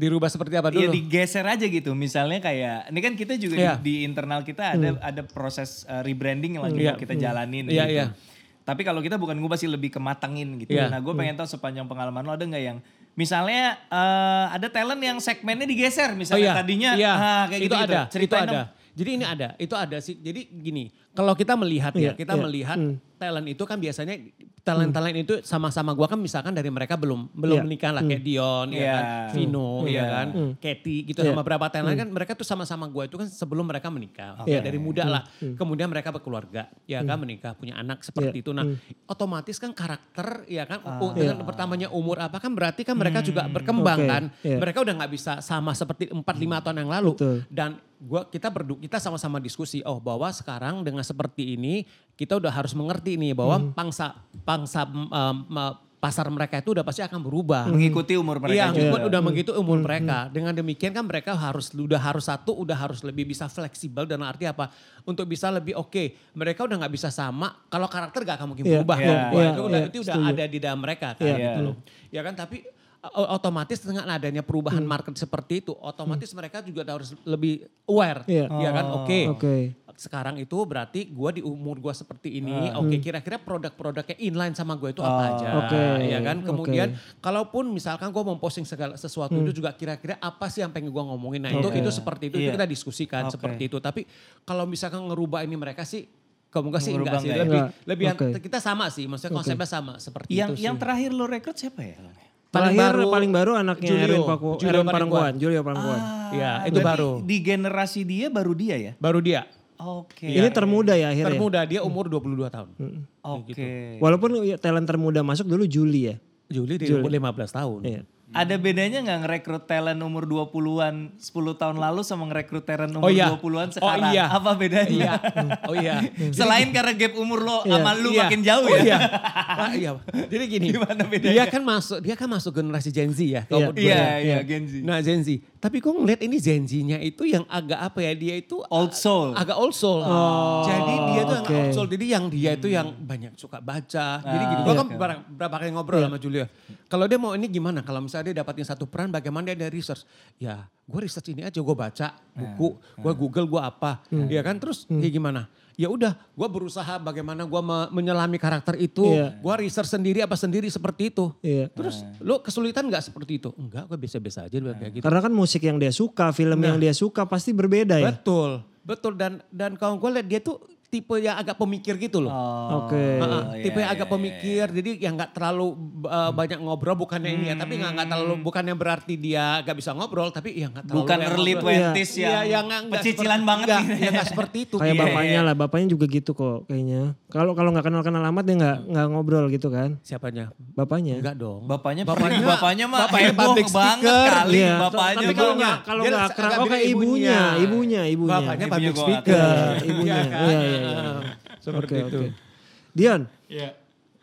[SPEAKER 2] Dirubah seperti apa
[SPEAKER 3] Iya
[SPEAKER 2] dulu?
[SPEAKER 3] digeser aja gitu. Misalnya kayak ini kan kita juga di-
[SPEAKER 2] Iya. Hmm.
[SPEAKER 3] di, internal kita ada ada proses eh, rebranding yang lagi
[SPEAKER 2] Iya.
[SPEAKER 3] mau kita jalanin
[SPEAKER 2] Iya,
[SPEAKER 3] gitu.
[SPEAKER 2] iya.
[SPEAKER 3] Tapi kalau kita bukan ngubah sih lebih kematangin gitu.
[SPEAKER 2] Iya.
[SPEAKER 3] Nah, gue pengen tahu sepanjang pengalaman lo ada nggak yang misalnya eh, ada talent yang segmennya digeser misalnya tadinya
[SPEAKER 2] iya.
[SPEAKER 3] ah, kayak
[SPEAKER 2] itu
[SPEAKER 3] gitu,
[SPEAKER 2] ada, itu
[SPEAKER 3] Ceritain
[SPEAKER 2] ada.
[SPEAKER 3] dong.
[SPEAKER 2] Jadi ini ada, itu ada sih. Jadi gini, kalau kita melihat
[SPEAKER 1] Iya,
[SPEAKER 2] ya, kita
[SPEAKER 1] iya.
[SPEAKER 2] melihat talent itu kan biasanya talent-talent itu sama-sama gua kan misalkan dari mereka belum
[SPEAKER 1] Iya.
[SPEAKER 2] belum menikah lah kayak Dion, ya
[SPEAKER 3] Iya.
[SPEAKER 2] kan, Vino, ya
[SPEAKER 3] Iya.
[SPEAKER 2] kan, Katy gitu
[SPEAKER 1] Iya.
[SPEAKER 2] sama berapa talent kan mereka tuh sama-sama gua itu kan sebelum mereka menikah,
[SPEAKER 1] Oke.
[SPEAKER 2] ya dari muda
[SPEAKER 1] Hmm.
[SPEAKER 2] lah. Kemudian mereka berkeluarga, ya kan menikah, punya anak seperti
[SPEAKER 1] Iya.
[SPEAKER 2] itu. Nah, otomatis kan karakter ya kan
[SPEAKER 3] Ah.
[SPEAKER 2] u- dengan pertamanya umur apa kan berarti kan mereka
[SPEAKER 3] Hmm.
[SPEAKER 2] juga berkembang
[SPEAKER 1] Oke.
[SPEAKER 2] kan.
[SPEAKER 1] Iya. Hmm.
[SPEAKER 2] Mereka udah nggak bisa sama seperti 4 5 tahun yang lalu.
[SPEAKER 1] Betul.
[SPEAKER 2] Dan gua kita berdu kita sama-sama diskusi oh bahwa sekarang dengan seperti ini kita udah harus mengerti nih
[SPEAKER 1] Hmm.
[SPEAKER 2] bahwa pangsa pangsa em, em, pasar mereka itu udah pasti akan
[SPEAKER 1] Hmm.
[SPEAKER 2] berubah.
[SPEAKER 3] Mengikuti umur mereka
[SPEAKER 2] Iya,
[SPEAKER 3] juga.
[SPEAKER 2] ngikut udah begitu umur mereka. Dengan demikian kan mereka harus udah harus satu, udah harus lebih bisa fleksibel dan arti apa? Untuk bisa lebih oke. Mereka udah nggak bisa sama. Kalau karakter gak akan mungkin
[SPEAKER 1] Iya,
[SPEAKER 2] berubah.
[SPEAKER 3] iya,
[SPEAKER 2] Wah,
[SPEAKER 1] iya,
[SPEAKER 2] itu udah
[SPEAKER 1] iya,
[SPEAKER 2] itu udah
[SPEAKER 1] setuju.
[SPEAKER 2] ada di dalam mereka kan.
[SPEAKER 1] Iya,
[SPEAKER 2] gitu loh. Ya kan, tapi o- otomatis dengan adanya perubahan
[SPEAKER 1] Hmm.
[SPEAKER 2] market seperti itu, otomatis mereka juga harus lebih aware.
[SPEAKER 1] Iya.
[SPEAKER 2] Ya kan, oke.
[SPEAKER 1] Oke.
[SPEAKER 2] Sekarang itu berarti gua di umur gua seperti ini, oke kira-kira produk-produknya inline sama gue itu apa aja,
[SPEAKER 1] Ah. Hmm. Oke,
[SPEAKER 2] ya kan?
[SPEAKER 1] oke. Hmm.
[SPEAKER 2] Kemudian kalaupun misalkan gue mau posting segala sesuatu itu juga kira-kira apa sih yang pengen gue ngomongin nah itu
[SPEAKER 3] Oke.
[SPEAKER 2] itu seperti itu, itu
[SPEAKER 3] Iya.
[SPEAKER 2] kita diskusikan
[SPEAKER 3] Oke.
[SPEAKER 2] seperti itu tapi kalau misalkan ngerubah ini mereka sih kamu sih
[SPEAKER 3] Ngerubah
[SPEAKER 2] enggak sih
[SPEAKER 3] enggak ya?
[SPEAKER 2] lebih
[SPEAKER 1] Enggak.
[SPEAKER 2] lebih
[SPEAKER 1] Oke.
[SPEAKER 2] kita sama sih maksudnya konsepnya sama seperti
[SPEAKER 3] Yang
[SPEAKER 2] itu gitu
[SPEAKER 3] yang
[SPEAKER 2] sih.
[SPEAKER 3] terakhir lo rekrut siapa ya?
[SPEAKER 1] Paling baru, paling baru anaknya
[SPEAKER 2] Julio.
[SPEAKER 1] Erin Paku, Erin
[SPEAKER 2] Julio
[SPEAKER 1] Parangkuan,
[SPEAKER 2] Parangkuan.
[SPEAKER 1] Julio Parangkuan.
[SPEAKER 2] Iya,
[SPEAKER 3] Ah,
[SPEAKER 2] itu
[SPEAKER 3] berarti
[SPEAKER 2] baru.
[SPEAKER 3] Di generasi dia baru dia ya?
[SPEAKER 2] baru dia
[SPEAKER 3] Oke.
[SPEAKER 1] Ini termuda ya akhirnya.
[SPEAKER 2] Iya, termuda dia umur 22 tahun
[SPEAKER 1] Hmm.
[SPEAKER 3] Oke.
[SPEAKER 2] gitu.
[SPEAKER 1] Walaupun ya, talent termuda masuk dulu Juli ya.
[SPEAKER 2] Juli dia umur 15 tahun
[SPEAKER 1] Iya.
[SPEAKER 3] Ada bedanya nggak ngerekrut talent umur 20-an 10 tahun lalu sama ngerekrut talent
[SPEAKER 2] Oh
[SPEAKER 3] umur
[SPEAKER 2] iya. Oh
[SPEAKER 3] 20-an sekarang?
[SPEAKER 2] iya.
[SPEAKER 3] Apa
[SPEAKER 2] iya
[SPEAKER 3] bedanya?
[SPEAKER 2] oh iya
[SPEAKER 3] Selain karena gap umur lo sama lu
[SPEAKER 2] Iya.
[SPEAKER 3] makin
[SPEAKER 2] Oh,
[SPEAKER 3] jauh ya?
[SPEAKER 2] iya. Ah, iya. Jadi gini,
[SPEAKER 3] Gimana bedanya?
[SPEAKER 2] dia kan masuk dia kan masuk generasi Gen Z ya.
[SPEAKER 1] Iya.
[SPEAKER 2] kalau menurut gue.
[SPEAKER 3] Iya, iya, Gen Z.
[SPEAKER 2] Nah Gen Z. Tapi kok ngeliat ini Gen Z-nya itu yang agak apa ya dia itu
[SPEAKER 3] Old soul.
[SPEAKER 2] agak old soul. Jadi dia tuh
[SPEAKER 1] Oh, oke.
[SPEAKER 2] yang old soul. Jadi yang dia itu yang banyak suka baca. Jadi gini,
[SPEAKER 1] Ah, iya,
[SPEAKER 2] gua kan berapa, berapa kali ngobrol sama Julia. Kalau dia mau ini gimana? Kalau misalnya dia dapatin satu peran bagaimana dia ada research? Ya gue research ini aja, gue baca
[SPEAKER 1] Ah,
[SPEAKER 2] buku, gue google, gue apa.
[SPEAKER 1] Hmm.
[SPEAKER 2] Ya kan terus ya gimana? Ya udah, gue berusaha bagaimana gue menyelami karakter itu.
[SPEAKER 1] Iya.
[SPEAKER 2] Gue research sendiri apa sendiri seperti itu.
[SPEAKER 1] Iya.
[SPEAKER 2] Terus lu kesulitan gak seperti itu? Enggak, gue biasa-biasa aja kayak gitu. Nah.
[SPEAKER 1] Karena kan musik yang dia suka, film yang dia suka pasti berbeda ya.
[SPEAKER 2] Betul, betul dan dan kawan gue liat dia tuh tipe yang agak pemikir gitu loh.
[SPEAKER 3] Oh,
[SPEAKER 1] Oke.
[SPEAKER 2] Heeh,
[SPEAKER 3] iya,
[SPEAKER 2] tipe yang agak pemikir, jadi yang nggak terlalu uh, banyak ngobrol bukannya ini ya, tapi nggak nggak terlalu bukannya berarti dia nggak bisa ngobrol, tapi ya nggak terlalu
[SPEAKER 3] Hmm. Bukan
[SPEAKER 2] yang
[SPEAKER 3] early
[SPEAKER 2] ngobrol.
[SPEAKER 3] 20s
[SPEAKER 2] Iya,
[SPEAKER 3] yang,
[SPEAKER 2] yang nggak- nggak
[SPEAKER 3] pecicilan
[SPEAKER 2] seperti-
[SPEAKER 3] banget.
[SPEAKER 2] nggak,
[SPEAKER 3] gitu.
[SPEAKER 2] ya nggak seperti itu.
[SPEAKER 1] Kayak
[SPEAKER 2] Iya.
[SPEAKER 1] bapaknya lah, bapaknya juga gitu kok kayaknya. Kalau kalau nggak kenal kenal alamat dia nggak nggak ngobrol gitu kan,
[SPEAKER 2] Siapanya?
[SPEAKER 1] bapaknya.
[SPEAKER 2] Enggak dong.
[SPEAKER 3] Bapaknya
[SPEAKER 2] Bapaknya-
[SPEAKER 3] bapaknya, [laughs] bapaknya mah
[SPEAKER 2] bapaknya
[SPEAKER 3] heboh
[SPEAKER 2] public
[SPEAKER 3] banget
[SPEAKER 2] speaker.
[SPEAKER 3] kali
[SPEAKER 1] Iya.
[SPEAKER 3] bapaknya.
[SPEAKER 1] Tapi kalau
[SPEAKER 3] mah.
[SPEAKER 1] nggak kalau
[SPEAKER 2] Dia
[SPEAKER 1] nggak
[SPEAKER 2] agak
[SPEAKER 1] kenal, oh
[SPEAKER 2] bilang
[SPEAKER 1] kayak ibunya, ibunya, ibunya.
[SPEAKER 2] Bapaknya
[SPEAKER 3] Ibunya
[SPEAKER 2] public
[SPEAKER 3] gua nggak
[SPEAKER 2] speaker.
[SPEAKER 1] Iya, ibunya.
[SPEAKER 2] Iya kan?
[SPEAKER 1] Iya, iya, iya.
[SPEAKER 2] Seperti
[SPEAKER 1] Oke,
[SPEAKER 2] itu.
[SPEAKER 1] oke. Dion,
[SPEAKER 4] Iya.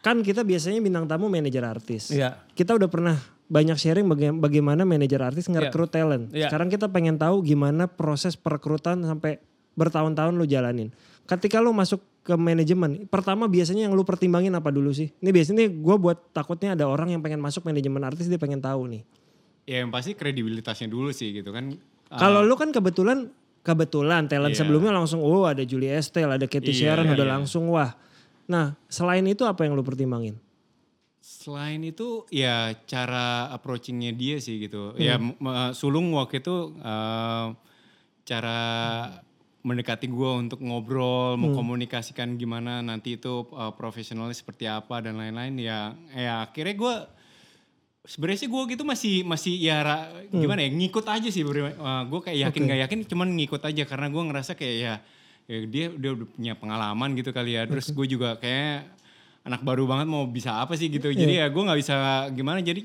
[SPEAKER 1] kan kita biasanya bintang tamu manajer artis.
[SPEAKER 2] Iya.
[SPEAKER 1] Kita udah pernah banyak sharing baga- bagaimana manajer artis ngerekrut talent.
[SPEAKER 2] Iya.
[SPEAKER 1] Sekarang kita pengen tahu gimana proses perekrutan sampai bertahun-tahun lu jalanin. Ketika lu masuk ke manajemen, pertama biasanya yang lu pertimbangin apa dulu sih? Ini biasanya gue buat takutnya ada orang yang pengen masuk manajemen artis dia pengen tahu nih.
[SPEAKER 4] Ya yang pasti kredibilitasnya dulu sih gitu kan. Ah,
[SPEAKER 1] Kalau lu kan kebetulan kebetulan talent
[SPEAKER 4] Iya.
[SPEAKER 1] sebelumnya langsung oh ada Julie Estelle, ada Katy
[SPEAKER 4] Iya,
[SPEAKER 1] Sharon udah
[SPEAKER 4] iya.
[SPEAKER 1] langsung wah. Nah, selain itu apa yang lu pertimbangin?
[SPEAKER 4] Selain itu ya cara approachingnya dia sih gitu. Ya m- m- sulung waktu itu eh, cara mendekati gue untuk ngobrol, mengkomunikasikan gimana nanti itu eh, profesionalnya seperti apa dan lain-lain. Ya, ya akhirnya gue sebenarnya sih gue gitu masih masih ya ra-
[SPEAKER 1] Hmm.
[SPEAKER 4] gimana ya ngikut aja sih gue kayak yakin nggak yakin cuman ngikut aja karena gue ngerasa kayak ya, ya dia dia udah punya pengalaman gitu kali ya terus gue juga kayak anak baru banget mau bisa apa
[SPEAKER 1] Iya.
[SPEAKER 4] sih eh,
[SPEAKER 1] Hmm.
[SPEAKER 4] gitu jadi ya gue nggak bisa gimana jadi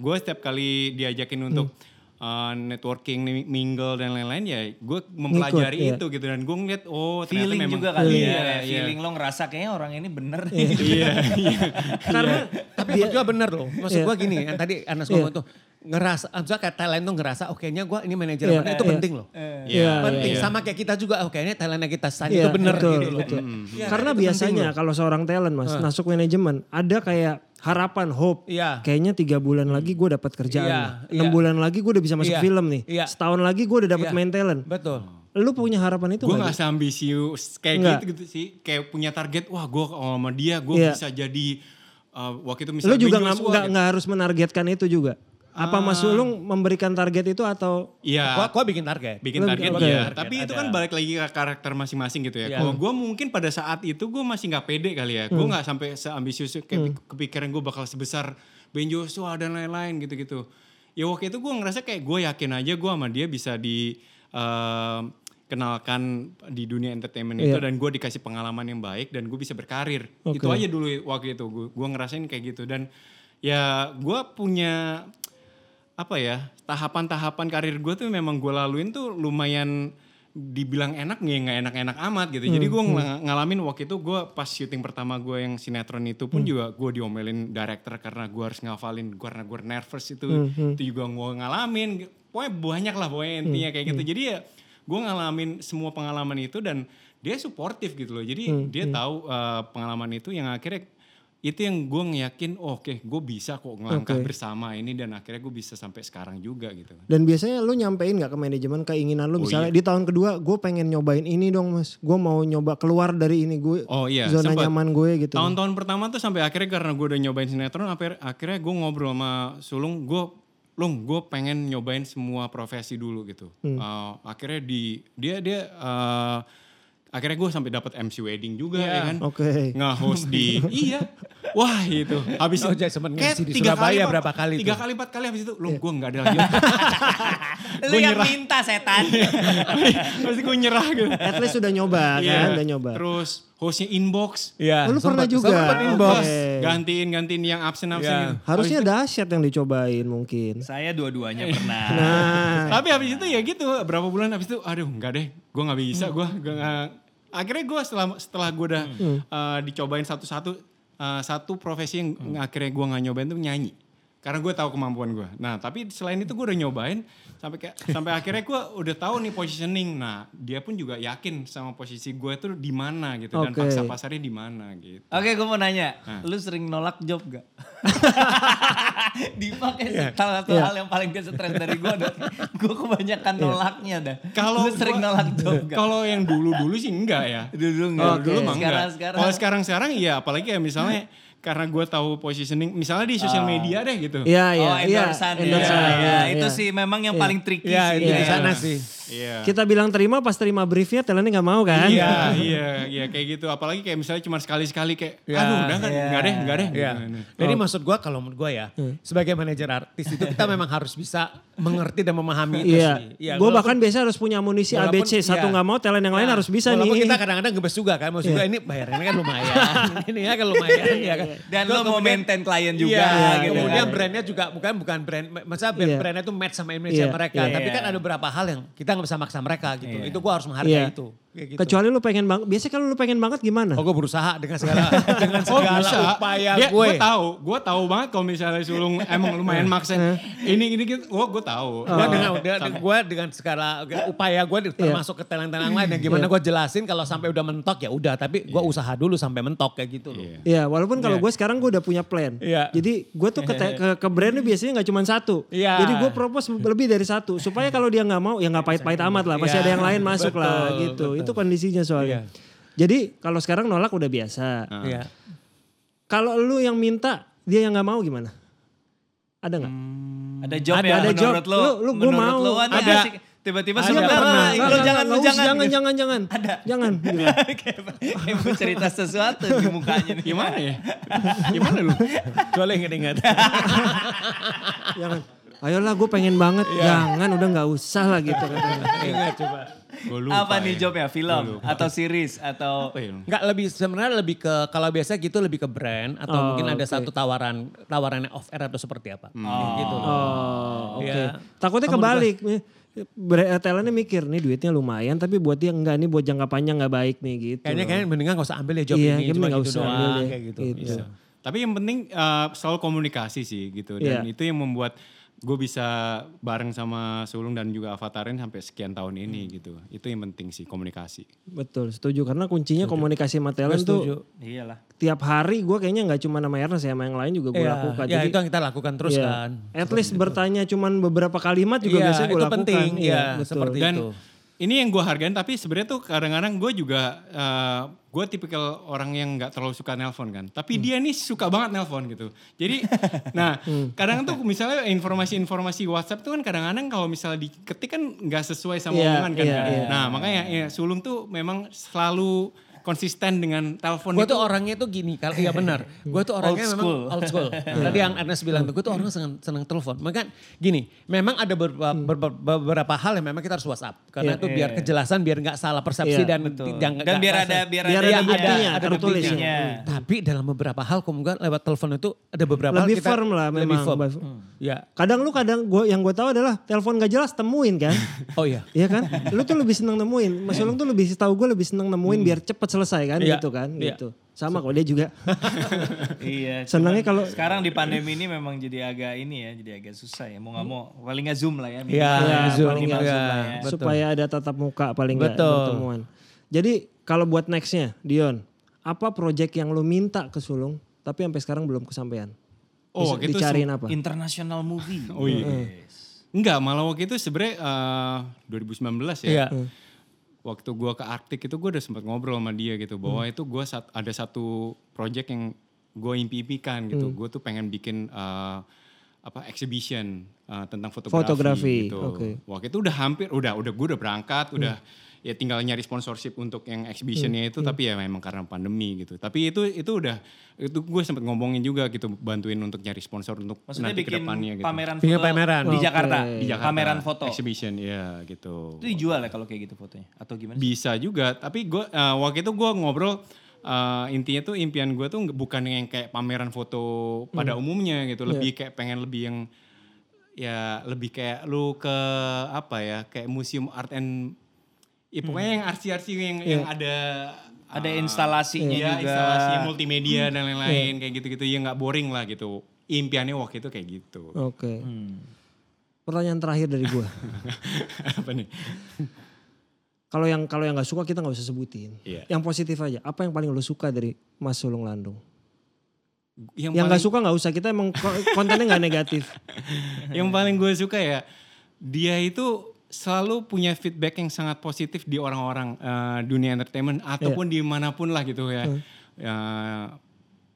[SPEAKER 4] gue setiap kali diajakin untuk uh, networking, ni- mingle dan lain-lain ya gue mempelajari
[SPEAKER 1] Ngikut, iya.
[SPEAKER 4] itu gitu dan gue ngeliat oh ternyata
[SPEAKER 3] feeling
[SPEAKER 4] memang
[SPEAKER 3] juga kali
[SPEAKER 4] iya,
[SPEAKER 3] ya.
[SPEAKER 4] iya.
[SPEAKER 3] Feeling lo ngerasa kayaknya orang ini bener. nih. [laughs]
[SPEAKER 4] Iya,
[SPEAKER 1] Karena
[SPEAKER 2] Tapi berdua bener loh. Maksud gua gini, yang tadi Anas ngomong tuh ngerasa, maksudnya kayak Thailand tuh ngerasa, oke nya gue ini manajer
[SPEAKER 1] Iya,
[SPEAKER 2] bener, itu
[SPEAKER 1] iya.
[SPEAKER 2] penting loh.
[SPEAKER 1] Iya,
[SPEAKER 2] penting
[SPEAKER 4] iya.
[SPEAKER 2] sama kayak kita juga, oke ini Thailandnya kita stand
[SPEAKER 1] Iya,
[SPEAKER 2] itu bener
[SPEAKER 1] betul,
[SPEAKER 2] gitu loh.
[SPEAKER 1] betul. Karena biasanya kalau seorang talent mas masuk manajemen ada kayak harapan hope
[SPEAKER 2] Iya.
[SPEAKER 1] kayaknya tiga bulan lagi gue dapat kerjaan
[SPEAKER 2] Iya,
[SPEAKER 1] nih. enam
[SPEAKER 2] iya.
[SPEAKER 1] bulan lagi gue udah bisa masuk
[SPEAKER 2] Iya,
[SPEAKER 1] film nih
[SPEAKER 2] iya.
[SPEAKER 1] setahun lagi gue udah dapat
[SPEAKER 2] Iya.
[SPEAKER 1] main talent
[SPEAKER 2] Betul.
[SPEAKER 1] lu punya harapan itu
[SPEAKER 4] gue
[SPEAKER 1] nggak?
[SPEAKER 4] gak seambisius kayak
[SPEAKER 1] Nggak.
[SPEAKER 4] gitu gitu sih. Kayak punya target, wah gue sama dia gue
[SPEAKER 1] Iya.
[SPEAKER 4] bisa jadi uh, waktu itu
[SPEAKER 1] lu
[SPEAKER 4] misalnya
[SPEAKER 1] juga
[SPEAKER 4] Ben
[SPEAKER 1] nggak
[SPEAKER 4] Joshua
[SPEAKER 1] nggak
[SPEAKER 4] gitu.
[SPEAKER 1] nggak harus menargetkan itu juga apa mas
[SPEAKER 2] Ah.
[SPEAKER 1] Ulung memberikan target itu atau
[SPEAKER 4] Iya.
[SPEAKER 2] Gua, gua bikin target.
[SPEAKER 4] bikin
[SPEAKER 1] Lu-
[SPEAKER 4] target
[SPEAKER 1] oke.
[SPEAKER 4] iya.
[SPEAKER 2] Target
[SPEAKER 4] tapi itu
[SPEAKER 2] ada.
[SPEAKER 4] kan balik lagi ke karakter masing-masing gitu
[SPEAKER 2] Iya.
[SPEAKER 4] ya
[SPEAKER 2] Hmm.
[SPEAKER 4] kalau gue mungkin pada saat itu gue masih nggak pede kali ya gue nggak sampai seambisius kayak kepikiran gue bakal sebesar Ben Joshua dan lain-lain gitu-gitu ya waktu itu gue ngerasa kayak gue yakin aja gue sama dia bisa di eh, kenalkan di dunia entertainment itu
[SPEAKER 1] Iya.
[SPEAKER 4] dan gue dikasih pengalaman yang baik dan gue bisa berkarir
[SPEAKER 1] Oke.
[SPEAKER 4] itu aja dulu waktu itu gue gue ngerasain kayak gitu dan ya gue punya apa ya tahapan-tahapan karir gue tuh memang gue laluin tuh lumayan dibilang enak nggak ya, nggak enak-enak amat gitu jadi gue ng- ngalamin waktu itu gue pas syuting pertama gue yang sinetron itu pun juga gue diomelin director karena gue harus ngafalin karena gue nervous itu itu juga gue ngalamin pokoknya banyak lah pokoknya intinya kayak gitu jadi ya gue ngalamin semua pengalaman itu dan dia suportif gitu loh jadi dia tahu uh, pengalaman itu yang akhirnya itu yang gue ngeyakin oh, oke gue bisa kok ngelangkah
[SPEAKER 1] Oke.
[SPEAKER 4] bersama ini dan akhirnya gue bisa sampai sekarang juga gitu
[SPEAKER 1] dan biasanya lu nyampein nggak ke manajemen keinginan lu
[SPEAKER 2] Oh, iya.
[SPEAKER 1] misalnya di tahun kedua gue pengen nyobain ini dong mas gue mau nyoba keluar dari ini gue
[SPEAKER 4] Oh, iya,
[SPEAKER 1] zona
[SPEAKER 4] sempet.
[SPEAKER 1] nyaman gue gitu
[SPEAKER 4] tahun-tahun pertama tuh sampai akhirnya karena gue udah nyobain sinetron akhir- akhirnya gue ngobrol sama sulung gue lung gue pengen nyobain semua profesi dulu gitu
[SPEAKER 2] Hmm.
[SPEAKER 4] Uh, akhirnya di dia dia uh, akhirnya gue sampai dapat MC wedding juga
[SPEAKER 2] Iya,
[SPEAKER 4] ya kan
[SPEAKER 1] Oke.
[SPEAKER 4] nge-host
[SPEAKER 2] [laughs]
[SPEAKER 4] di iya wah itu habis
[SPEAKER 2] Oh, jadi sempet
[SPEAKER 4] kayak
[SPEAKER 2] ngisi di
[SPEAKER 4] tiga
[SPEAKER 2] Surabaya
[SPEAKER 4] Pak.
[SPEAKER 2] berapa kali
[SPEAKER 4] tiga
[SPEAKER 2] tuh? Iya.
[SPEAKER 4] kali empat kali habis itu lu gue nggak ada lagi
[SPEAKER 3] Lu yang minta setan.
[SPEAKER 4] pasti gue nyerah gitu
[SPEAKER 1] at least sudah
[SPEAKER 2] [laughs]
[SPEAKER 1] nyoba
[SPEAKER 4] Iya.
[SPEAKER 1] kan udah nyoba
[SPEAKER 4] Terus hostnya inbox.
[SPEAKER 2] Iya.
[SPEAKER 1] Oh, lu pernah
[SPEAKER 2] sempet-
[SPEAKER 1] juga?
[SPEAKER 2] sempet inbox.
[SPEAKER 1] Oke.
[SPEAKER 4] Gantiin gantiin yang absen absen.
[SPEAKER 2] Iya.
[SPEAKER 4] gitu.
[SPEAKER 1] harusnya dahsyat yang dicobain
[SPEAKER 2] [laughs]
[SPEAKER 1] mungkin
[SPEAKER 3] Saya dua-duanya pernah.
[SPEAKER 1] nah
[SPEAKER 4] Tapi habis itu ya gitu berapa bulan habis itu aduh nggak deh, gue nggak bisa,
[SPEAKER 1] Hmm.
[SPEAKER 4] gue gue nggak- Akhirnya gue setelah setelah gue udah
[SPEAKER 1] Hmm.
[SPEAKER 4] uh, dicobain satu-satu uh, satu profesi yang
[SPEAKER 1] Hmm.
[SPEAKER 4] akhirnya gue nggak nyobain tuh nyanyi. Karena gue tahu kemampuan gue. Nah tapi selain itu gue udah nyobain sampai kayak- sampai akhirnya gue udah tahu nih positioning. Nah dia pun juga yakin sama posisi gue tuh di mana gitu dan
[SPEAKER 1] Oke.
[SPEAKER 4] paksa pasarnya di mana gitu.
[SPEAKER 3] Oke gue mau nanya. Lu sering nolak job gak? Dipakai
[SPEAKER 1] Iya.
[SPEAKER 3] salah satu hal yang paling dia stres dari gue adalah gue kebanyakan nolaknya dah.
[SPEAKER 4] Kalau
[SPEAKER 3] Lu sering
[SPEAKER 4] gua-
[SPEAKER 3] nolak job gak?
[SPEAKER 4] Kalau yang dulu-dulu sih enggak ya.
[SPEAKER 3] Dulu
[SPEAKER 4] Kalau dulu mah enggak.
[SPEAKER 3] Sekarang-sekarang.
[SPEAKER 4] Kalau sekarang-sekarang iya apalagi ya misalnya karena gue tahu positioning misalnya di sosial
[SPEAKER 3] Ah.
[SPEAKER 4] media deh gitu.
[SPEAKER 1] Iya, iya,
[SPEAKER 3] oh
[SPEAKER 1] iya.
[SPEAKER 3] endorsean ya.
[SPEAKER 1] Endorsean,
[SPEAKER 3] Ya,
[SPEAKER 1] iya,
[SPEAKER 3] itu
[SPEAKER 1] iya.
[SPEAKER 3] sih memang yang paling tricky
[SPEAKER 2] Iya,
[SPEAKER 3] sih.
[SPEAKER 2] itu di
[SPEAKER 3] Iya.
[SPEAKER 2] sana sih.
[SPEAKER 4] Iya.
[SPEAKER 1] Kita bilang terima pas terima briefnya talentnya nggak mau kan? [laughs]
[SPEAKER 4] Iya, iya, iya kayak gitu. Apalagi kayak misalnya cuma sekali-sekali kayak aduh udah kan enggak deh, enggak deh.
[SPEAKER 2] Iya.
[SPEAKER 4] gitu.
[SPEAKER 2] Jadi maksud gua kalau menurut gua ya, sebagai manajer artis itu kita memang harus bisa mengerti dan memahami itu
[SPEAKER 1] Iya.
[SPEAKER 2] sih. Iya,
[SPEAKER 1] gue
[SPEAKER 2] walaupun-
[SPEAKER 1] bahkan biasa harus punya amunisi
[SPEAKER 2] Walaupun-
[SPEAKER 1] ABC satu
[SPEAKER 2] iya.
[SPEAKER 1] nggak mau talent yang lain
[SPEAKER 2] Iya.
[SPEAKER 1] harus bisa
[SPEAKER 2] Walaupun
[SPEAKER 1] nih. Iya.
[SPEAKER 2] kita kadang-kadang gebes juga kan. Maksud gue ini bayarannya kan lumayan. [laughs] ini kan lumayan ya kan.
[SPEAKER 3] Dan
[SPEAKER 2] Terus
[SPEAKER 3] lo mau
[SPEAKER 2] kemudian-
[SPEAKER 3] maintain klien juga
[SPEAKER 2] Iya,
[SPEAKER 3] gitu
[SPEAKER 2] kemudian
[SPEAKER 3] kan.
[SPEAKER 2] brandnya juga bukan bukan brand. Masa brand
[SPEAKER 1] Iya.
[SPEAKER 2] brandnya tuh match sama image
[SPEAKER 1] Iya,
[SPEAKER 2] mereka.
[SPEAKER 1] iya.
[SPEAKER 2] Tapi kan ada beberapa hal yang kita nggak bisa maksa mereka gitu. Itu gue harus menghargai
[SPEAKER 1] Iya.
[SPEAKER 2] itu. Kayak gitu.
[SPEAKER 1] Kecuali lu pengen banget. Biasanya kalau lu pengen banget gimana?
[SPEAKER 2] Oh gue berusaha dengan segala
[SPEAKER 1] [laughs]
[SPEAKER 2] dengan
[SPEAKER 1] Oh,
[SPEAKER 2] segala upaya
[SPEAKER 4] Oh, Dia-
[SPEAKER 2] gue.
[SPEAKER 4] tahu, gue tahu banget kalau misalnya sulung emang lumayan maksain. ini ini gitu, gue gue tahu.
[SPEAKER 2] Gue
[SPEAKER 1] Oh.
[SPEAKER 2] dengan, dia- gue dengan segala upaya gue
[SPEAKER 1] Iya.
[SPEAKER 2] termasuk ke talent-talent lain yang gimana gue jelasin kalau sampai udah mentok ya udah tapi gue
[SPEAKER 3] Iya.
[SPEAKER 2] usaha dulu sampai mentok kayak gitu loh.
[SPEAKER 4] Iya.
[SPEAKER 1] Iya, walaupun kalau gue sekarang gue udah punya plan.
[SPEAKER 2] Iya.
[SPEAKER 1] Jadi gue tuh ke, te- ke, ke brand tuh biasanya nggak cuma satu.
[SPEAKER 2] Iya.
[SPEAKER 1] Jadi gue propose lebih dari satu supaya kalau dia nggak mau ya nggak pahit-pahit amat lah. Pasti
[SPEAKER 2] Iya.
[SPEAKER 1] ada yang lain masuk
[SPEAKER 2] Betul,
[SPEAKER 1] lah gitu. Itu kondisinya soalnya. Jadi kalau sekarang nolak udah biasa.
[SPEAKER 2] Iya.
[SPEAKER 1] Kalau lu yang minta dia yang nggak mau gimana? Ada nggak?
[SPEAKER 3] Ada job
[SPEAKER 1] Ada-
[SPEAKER 3] ya
[SPEAKER 1] ada job.
[SPEAKER 3] menurut lo?
[SPEAKER 1] Lu- lu gua
[SPEAKER 3] menurut
[SPEAKER 1] mau.
[SPEAKER 3] lo Wan, yang
[SPEAKER 1] Ada.
[SPEAKER 3] asik. Tiba-tiba
[SPEAKER 1] Ada.
[SPEAKER 3] sudah
[SPEAKER 1] Nggak pernah.
[SPEAKER 3] lo
[SPEAKER 1] Nggak,
[SPEAKER 3] jangan,
[SPEAKER 1] nggak, nggak
[SPEAKER 3] lu
[SPEAKER 1] usah,
[SPEAKER 3] jangan.
[SPEAKER 1] jangan,
[SPEAKER 3] gitu. [laughs]
[SPEAKER 1] jangan, jangan.
[SPEAKER 3] Ada.
[SPEAKER 1] Jangan. gitu.
[SPEAKER 3] Kayak kayak mau cerita sesuatu di mukanya nih.
[SPEAKER 2] [laughs]
[SPEAKER 4] Gimana ya? Gimana lu? [laughs]
[SPEAKER 2] Kecuali inget-inget.
[SPEAKER 1] jangan. Ayolah gue pengen banget. Jangan udah nggak usah lah gitu katanya.
[SPEAKER 4] Gua lupa
[SPEAKER 3] Apa nih
[SPEAKER 4] ya.
[SPEAKER 3] jobnya?
[SPEAKER 4] Gua
[SPEAKER 3] Film
[SPEAKER 4] lupa.
[SPEAKER 3] atau series atau
[SPEAKER 4] Apa ya?
[SPEAKER 2] Enggak lebih sebenarnya lebih ke kalau biasa gitu lebih ke brand atau
[SPEAKER 1] Oh,
[SPEAKER 2] mungkin ada
[SPEAKER 1] oke.
[SPEAKER 2] satu tawaran tawarannya off air atau seperti apa.
[SPEAKER 4] Hmm.
[SPEAKER 2] Gitu.
[SPEAKER 1] Oh, oke.
[SPEAKER 2] Iya.
[SPEAKER 1] Takutnya
[SPEAKER 2] Kamu
[SPEAKER 1] kebalik. nih. Bre- Talentnya mikir nih duitnya lumayan tapi buat dia enggak nih buat jangka panjang nggak baik nih gitu.
[SPEAKER 2] Kayaknya kayaknya mendingan gak usah ambil ya job
[SPEAKER 1] Iya,
[SPEAKER 2] ini
[SPEAKER 1] kayaknya
[SPEAKER 2] cuma
[SPEAKER 1] nggak
[SPEAKER 2] gitu
[SPEAKER 1] usah ambil
[SPEAKER 2] doang
[SPEAKER 1] deh.
[SPEAKER 2] kayak gitu.
[SPEAKER 1] Gitu.
[SPEAKER 2] Iya.
[SPEAKER 4] Tapi yang penting uh, selalu komunikasi sih gitu. Dan
[SPEAKER 1] Iya.
[SPEAKER 4] itu yang membuat gue bisa bareng sama Sulung dan juga Avatarin sampai sekian tahun ini gitu. Itu yang penting sih komunikasi.
[SPEAKER 1] Betul, setuju karena kuncinya komunikasi sama talent
[SPEAKER 2] Iya.
[SPEAKER 1] tuh
[SPEAKER 3] iyalah.
[SPEAKER 1] tiap hari gue kayaknya nggak cuma sama Ernest ya, sama yang lain juga gue
[SPEAKER 2] Iya,
[SPEAKER 1] lakukan.
[SPEAKER 2] ya itu yang kita lakukan terus
[SPEAKER 1] iya.
[SPEAKER 2] kan.
[SPEAKER 1] At least bertanya cuman beberapa kalimat juga
[SPEAKER 2] Iya,
[SPEAKER 1] biasanya gue
[SPEAKER 2] itu
[SPEAKER 1] lakukan.
[SPEAKER 2] penting, iya,
[SPEAKER 1] betul.
[SPEAKER 2] seperti-
[SPEAKER 4] Dan
[SPEAKER 2] Itu.
[SPEAKER 4] ini yang gue hargain tapi sebenarnya tuh kadang-kadang gue juga gue tipikal orang yang nggak terlalu suka nelpon kan. Tapi
[SPEAKER 2] Hmm.
[SPEAKER 4] dia nih suka banget nelpon gitu.
[SPEAKER 2] [laughs]
[SPEAKER 4] Jadi nah
[SPEAKER 2] Hmm.
[SPEAKER 4] kadang tuh misalnya informasi-informasi WhatsApp tuh kan kadang-kadang kalau misalnya diketik kan nggak sesuai sama
[SPEAKER 1] Iya,
[SPEAKER 4] omongan kan.
[SPEAKER 1] iya,
[SPEAKER 4] kan.
[SPEAKER 1] iya.
[SPEAKER 4] Nah makanya ya, Sulung tuh memang selalu konsisten dengan telepon
[SPEAKER 2] Gue
[SPEAKER 4] itu.
[SPEAKER 2] tuh orangnya tuh gini, kalau iya
[SPEAKER 1] [laughs]
[SPEAKER 2] benar. Gue tuh orangnya
[SPEAKER 3] Old
[SPEAKER 2] memang
[SPEAKER 3] school.
[SPEAKER 2] [laughs] old school. Tadi yang Ernest bilang tuh, gue tuh orang seneng, seneng telepon. Maka gini, memang ada beberapa, berbe- beberapa hal yang memang kita harus WhatsApp.
[SPEAKER 1] Hmm. Iya.
[SPEAKER 2] Karena tuh biar kejelasan, biar nggak salah persepsi
[SPEAKER 1] Iya,
[SPEAKER 2] dan
[SPEAKER 3] Betul.
[SPEAKER 2] jangan
[SPEAKER 3] Dan
[SPEAKER 2] nggak
[SPEAKER 3] biar
[SPEAKER 2] rasa-
[SPEAKER 3] ada biar,
[SPEAKER 1] Biar ada
[SPEAKER 2] Iya,
[SPEAKER 1] buktinya,
[SPEAKER 2] ada
[SPEAKER 1] tertulis ya.
[SPEAKER 2] buktinya.
[SPEAKER 3] Hmm.
[SPEAKER 2] Tapi dalam beberapa hal, kemungkinan lewat telepon itu ada beberapa
[SPEAKER 1] Hmm. Lebih
[SPEAKER 2] hal kita
[SPEAKER 1] firm lah
[SPEAKER 2] lebih
[SPEAKER 1] memang.
[SPEAKER 2] firm.
[SPEAKER 1] Lebih-
[SPEAKER 2] Ya,
[SPEAKER 1] Kadang lu kadang gua yang gue tahu adalah telepon gak jelas temuin kan.
[SPEAKER 2] [laughs] oh iya.
[SPEAKER 1] Iya kan? Lu tuh lebih seneng nemuin. Mas Ulung tuh lebih tahu gue lebih seneng nemuin biar cepet selesai kan
[SPEAKER 2] Hmm. Iya,
[SPEAKER 1] gitu kan
[SPEAKER 2] iya.
[SPEAKER 1] gitu. Sama kok dia juga.
[SPEAKER 3] Iya.
[SPEAKER 1] Senangnya
[SPEAKER 3] cuman
[SPEAKER 1] kalau-
[SPEAKER 3] sekarang di pandemi ini memang jadi agak ini ya, jadi agak susah ya. Mau nggak mau paling nggak zoom lah ya.
[SPEAKER 2] [laughs] Iya,
[SPEAKER 1] Iya,
[SPEAKER 2] Zoom,
[SPEAKER 1] paling nggak
[SPEAKER 2] iya,
[SPEAKER 1] Zoom
[SPEAKER 3] lah ya.
[SPEAKER 2] betul.
[SPEAKER 1] Supaya ada tatap muka paling nggak
[SPEAKER 2] Betul.
[SPEAKER 1] pertemuan. Jadi kalau buat nextnya Dion, apa project yang lu minta ke Sulung tapi sampai sekarang belum kesampaian?
[SPEAKER 4] Oh,
[SPEAKER 1] Bisa
[SPEAKER 4] gitu,
[SPEAKER 1] dicariin apa?
[SPEAKER 3] International movie.
[SPEAKER 4] [laughs] Oh iya. Enggak, malah waktu itu sebenarnya eh, 2019 ya.
[SPEAKER 2] Iya.
[SPEAKER 1] Hmm.
[SPEAKER 4] Waktu gua ke Arctic itu gua udah sempat ngobrol sama dia gitu bahwa
[SPEAKER 1] Hmm.
[SPEAKER 4] itu gua sat- ada satu project yang gue impi-impikan gitu.
[SPEAKER 1] Hmm.
[SPEAKER 4] Gue tuh pengen bikin eh, apa exhibition eh, tentang fotografi,
[SPEAKER 1] Fotografi,
[SPEAKER 4] gitu.
[SPEAKER 1] oke. Hmm.
[SPEAKER 4] Waktu itu udah hampir udah udah gue udah berangkat, udah ya tinggal nyari sponsorship untuk yang exhibitionnya itu tapi ya memang karena pandemi gitu. Tapi itu itu udah itu gue sempat ngomongin juga gitu bantuin untuk nyari sponsor untuk
[SPEAKER 3] Maksudnya
[SPEAKER 4] nanti
[SPEAKER 3] bikin
[SPEAKER 4] kedepannya gitu.
[SPEAKER 3] pameran
[SPEAKER 2] Bikin
[SPEAKER 3] foto
[SPEAKER 2] pameran.
[SPEAKER 3] di
[SPEAKER 1] Oke.
[SPEAKER 3] Jakarta.
[SPEAKER 4] Di Jakarta.
[SPEAKER 3] Pameran foto.
[SPEAKER 4] Exhibition, ya gitu.
[SPEAKER 3] Itu dijual ya kalau kayak gitu fotonya atau gimana? sih?
[SPEAKER 4] Bisa juga, tapi gua eh, waktu itu gua ngobrol eh, intinya tuh impian gua tuh nge- bukan yang kayak pameran foto pada umumnya gitu, lebih kayak pengen lebih yang ya lebih kayak lu ke apa ya, kayak museum art and ya pokoknya yang arsi-arsi yang yang ada
[SPEAKER 3] Ada
[SPEAKER 4] eh,
[SPEAKER 3] instalasinya
[SPEAKER 4] iya,
[SPEAKER 3] juga.
[SPEAKER 4] instalasi multimedia dan lain-lain kayak gitu-gitu ya nggak boring lah gitu. Impiannya waktu itu kayak gitu.
[SPEAKER 1] Oke.
[SPEAKER 2] Hmm.
[SPEAKER 1] Pertanyaan terakhir dari gue.
[SPEAKER 4] apa nih?
[SPEAKER 1] [laughs] kalau yang kalau yang nggak suka kita nggak usah sebutin.
[SPEAKER 4] Iya.
[SPEAKER 1] Yang positif aja. Apa yang paling lu suka dari Mas Sulung Landung?
[SPEAKER 4] Yang,
[SPEAKER 1] Yang
[SPEAKER 4] paling-
[SPEAKER 1] nggak suka nggak usah. Kita emang ko- kontennya nggak
[SPEAKER 2] [laughs]
[SPEAKER 1] negatif.
[SPEAKER 4] [laughs] yang paling gue suka ya dia itu selalu punya feedback yang sangat positif di orang-orang eh, dunia entertainment ataupun dimanapun lah gitu ya. Eh,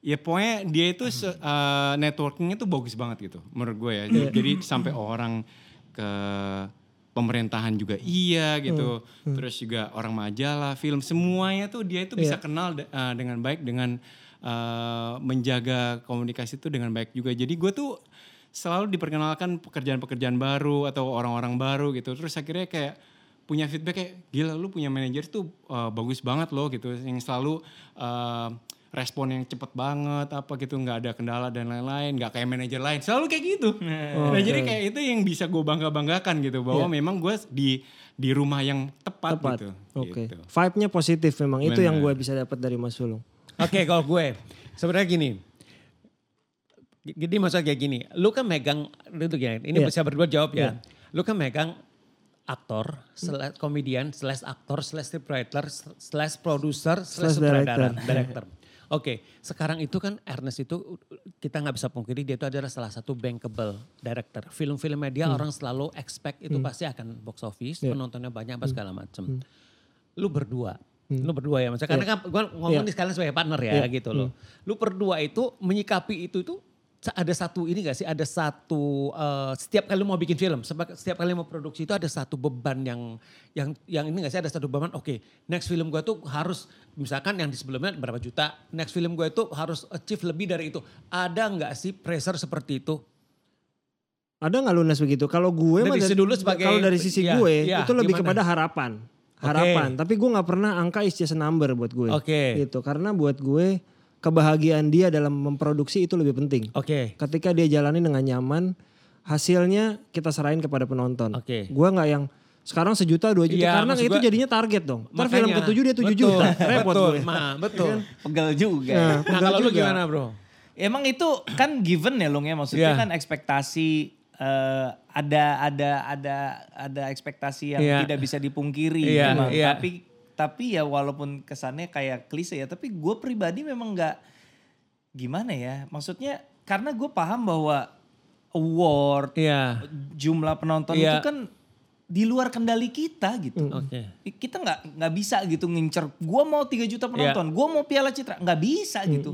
[SPEAKER 4] ya pokoknya dia itu se- eh, networkingnya tuh bagus banget gitu menurut gue ya. Jadi sampai orang ke pemerintahan juga iya gitu. Terus juga orang majalah, film semuanya tuh dia itu bisa kenal de- eh, dengan baik dengan eh, menjaga komunikasi itu dengan baik juga. Jadi gue tuh selalu diperkenalkan pekerjaan-pekerjaan baru atau orang-orang baru gitu. Terus akhirnya kayak punya feedback kayak gila lu punya manajer tuh uh, bagus banget loh gitu yang selalu uh, respon yang cepet banget apa gitu nggak ada kendala dan lain-lain nggak kayak manajer lain selalu kayak gitu nah jadi kayak itu yang bisa gue bangga banggakan gitu bahwa memang gue di di rumah yang tepat,
[SPEAKER 1] Tepat.
[SPEAKER 4] gitu
[SPEAKER 1] Oke.
[SPEAKER 4] Gitu.
[SPEAKER 1] Vibe-nya positif memang. Itu yang gue bisa dapat dari Mas Sulung.
[SPEAKER 2] Oke kalau gue sebenarnya gini. Jadi maksudnya kayak gini, lu kan megang itu gini, ini
[SPEAKER 1] Iya.
[SPEAKER 2] bisa berdua jawab ya. Lu kan megang aktor, slash komedian, slash aktor, slash scriptwriter, slash produser, slash
[SPEAKER 1] Slash director.
[SPEAKER 2] sutradara, director. Oke, sekarang itu kan Ernest itu kita nggak bisa pungkiri dia itu adalah salah satu bankable director. Film-film media
[SPEAKER 1] Hmm.
[SPEAKER 2] orang selalu expect itu pasti akan box office,
[SPEAKER 1] Iya.
[SPEAKER 2] penontonnya banyak
[SPEAKER 1] Hmm.
[SPEAKER 2] apa segala macam. Lu berdua, lu berdua ya maksudnya karena kan gua ngomong
[SPEAKER 1] Iya.
[SPEAKER 2] nih sekalian sebagai partner ya
[SPEAKER 1] Iya.
[SPEAKER 2] gitu loh. Lu berdua itu menyikapi itu itu sa- ada satu ini gak sih ada satu eh, setiap kali lu mau bikin film seba- setiap kali mau produksi itu ada satu beban yang yang yang ini gak sih ada satu beban oke next film gua tuh harus misalkan yang di sebelumnya berapa juta next film gua itu harus achieve lebih dari itu ada nggak sih pressure seperti itu
[SPEAKER 1] Ada nggak lunas begitu? Kalau gue
[SPEAKER 2] Dari
[SPEAKER 1] mah
[SPEAKER 2] sisi dulu sebagai-
[SPEAKER 1] kalau dari sisi
[SPEAKER 2] iya,
[SPEAKER 1] gue
[SPEAKER 2] iya,
[SPEAKER 1] itu lebih
[SPEAKER 2] gimana?
[SPEAKER 1] kepada harapan, harapan. Tapi gue nggak pernah angka is just a number buat gue.
[SPEAKER 2] Oke.
[SPEAKER 1] Gitu karena buat gue kebahagiaan dia dalam memproduksi itu lebih penting.
[SPEAKER 2] Oke.
[SPEAKER 1] Ketika dia jalani dengan nyaman, hasilnya kita serahin kepada penonton.
[SPEAKER 2] Oke.
[SPEAKER 1] Gue nggak yang sekarang sejuta dua juta
[SPEAKER 2] Iya,
[SPEAKER 1] karena
[SPEAKER 2] maksud
[SPEAKER 1] itu
[SPEAKER 2] gue-
[SPEAKER 1] jadinya target dong. Ntar
[SPEAKER 2] Makanya.
[SPEAKER 1] film ketujuh dia tujuh
[SPEAKER 2] Betul,
[SPEAKER 1] juta, repot Iya
[SPEAKER 2] [laughs]
[SPEAKER 1] kan?
[SPEAKER 2] betul,
[SPEAKER 1] gue.
[SPEAKER 2] Ma, betul.
[SPEAKER 3] Pegel juga.
[SPEAKER 1] Nah,
[SPEAKER 2] Nah, kalau lu gimana, Bro?
[SPEAKER 3] Emang itu kan given ya Lung ya maksudnya
[SPEAKER 2] Iya.
[SPEAKER 3] kan ekspektasi eh, ada ada ada ada ekspektasi yang
[SPEAKER 2] Iya.
[SPEAKER 3] tidak bisa dipungkiri
[SPEAKER 2] Iya,
[SPEAKER 3] memang.
[SPEAKER 2] iya.
[SPEAKER 3] Tapi tapi ya walaupun kesannya kayak klise ya tapi gue pribadi memang nggak gimana ya maksudnya karena gue paham bahwa award
[SPEAKER 2] Iya.
[SPEAKER 3] jumlah penonton
[SPEAKER 2] Iya.
[SPEAKER 3] itu kan di luar kendali kita gitu.
[SPEAKER 2] Oke.
[SPEAKER 3] Kita nggak nggak bisa gitu ngincer. Gua mau 3 juta
[SPEAKER 2] Iya.
[SPEAKER 3] penonton, gua mau Piala Citra, nggak bisa
[SPEAKER 2] Hmm,
[SPEAKER 3] gitu.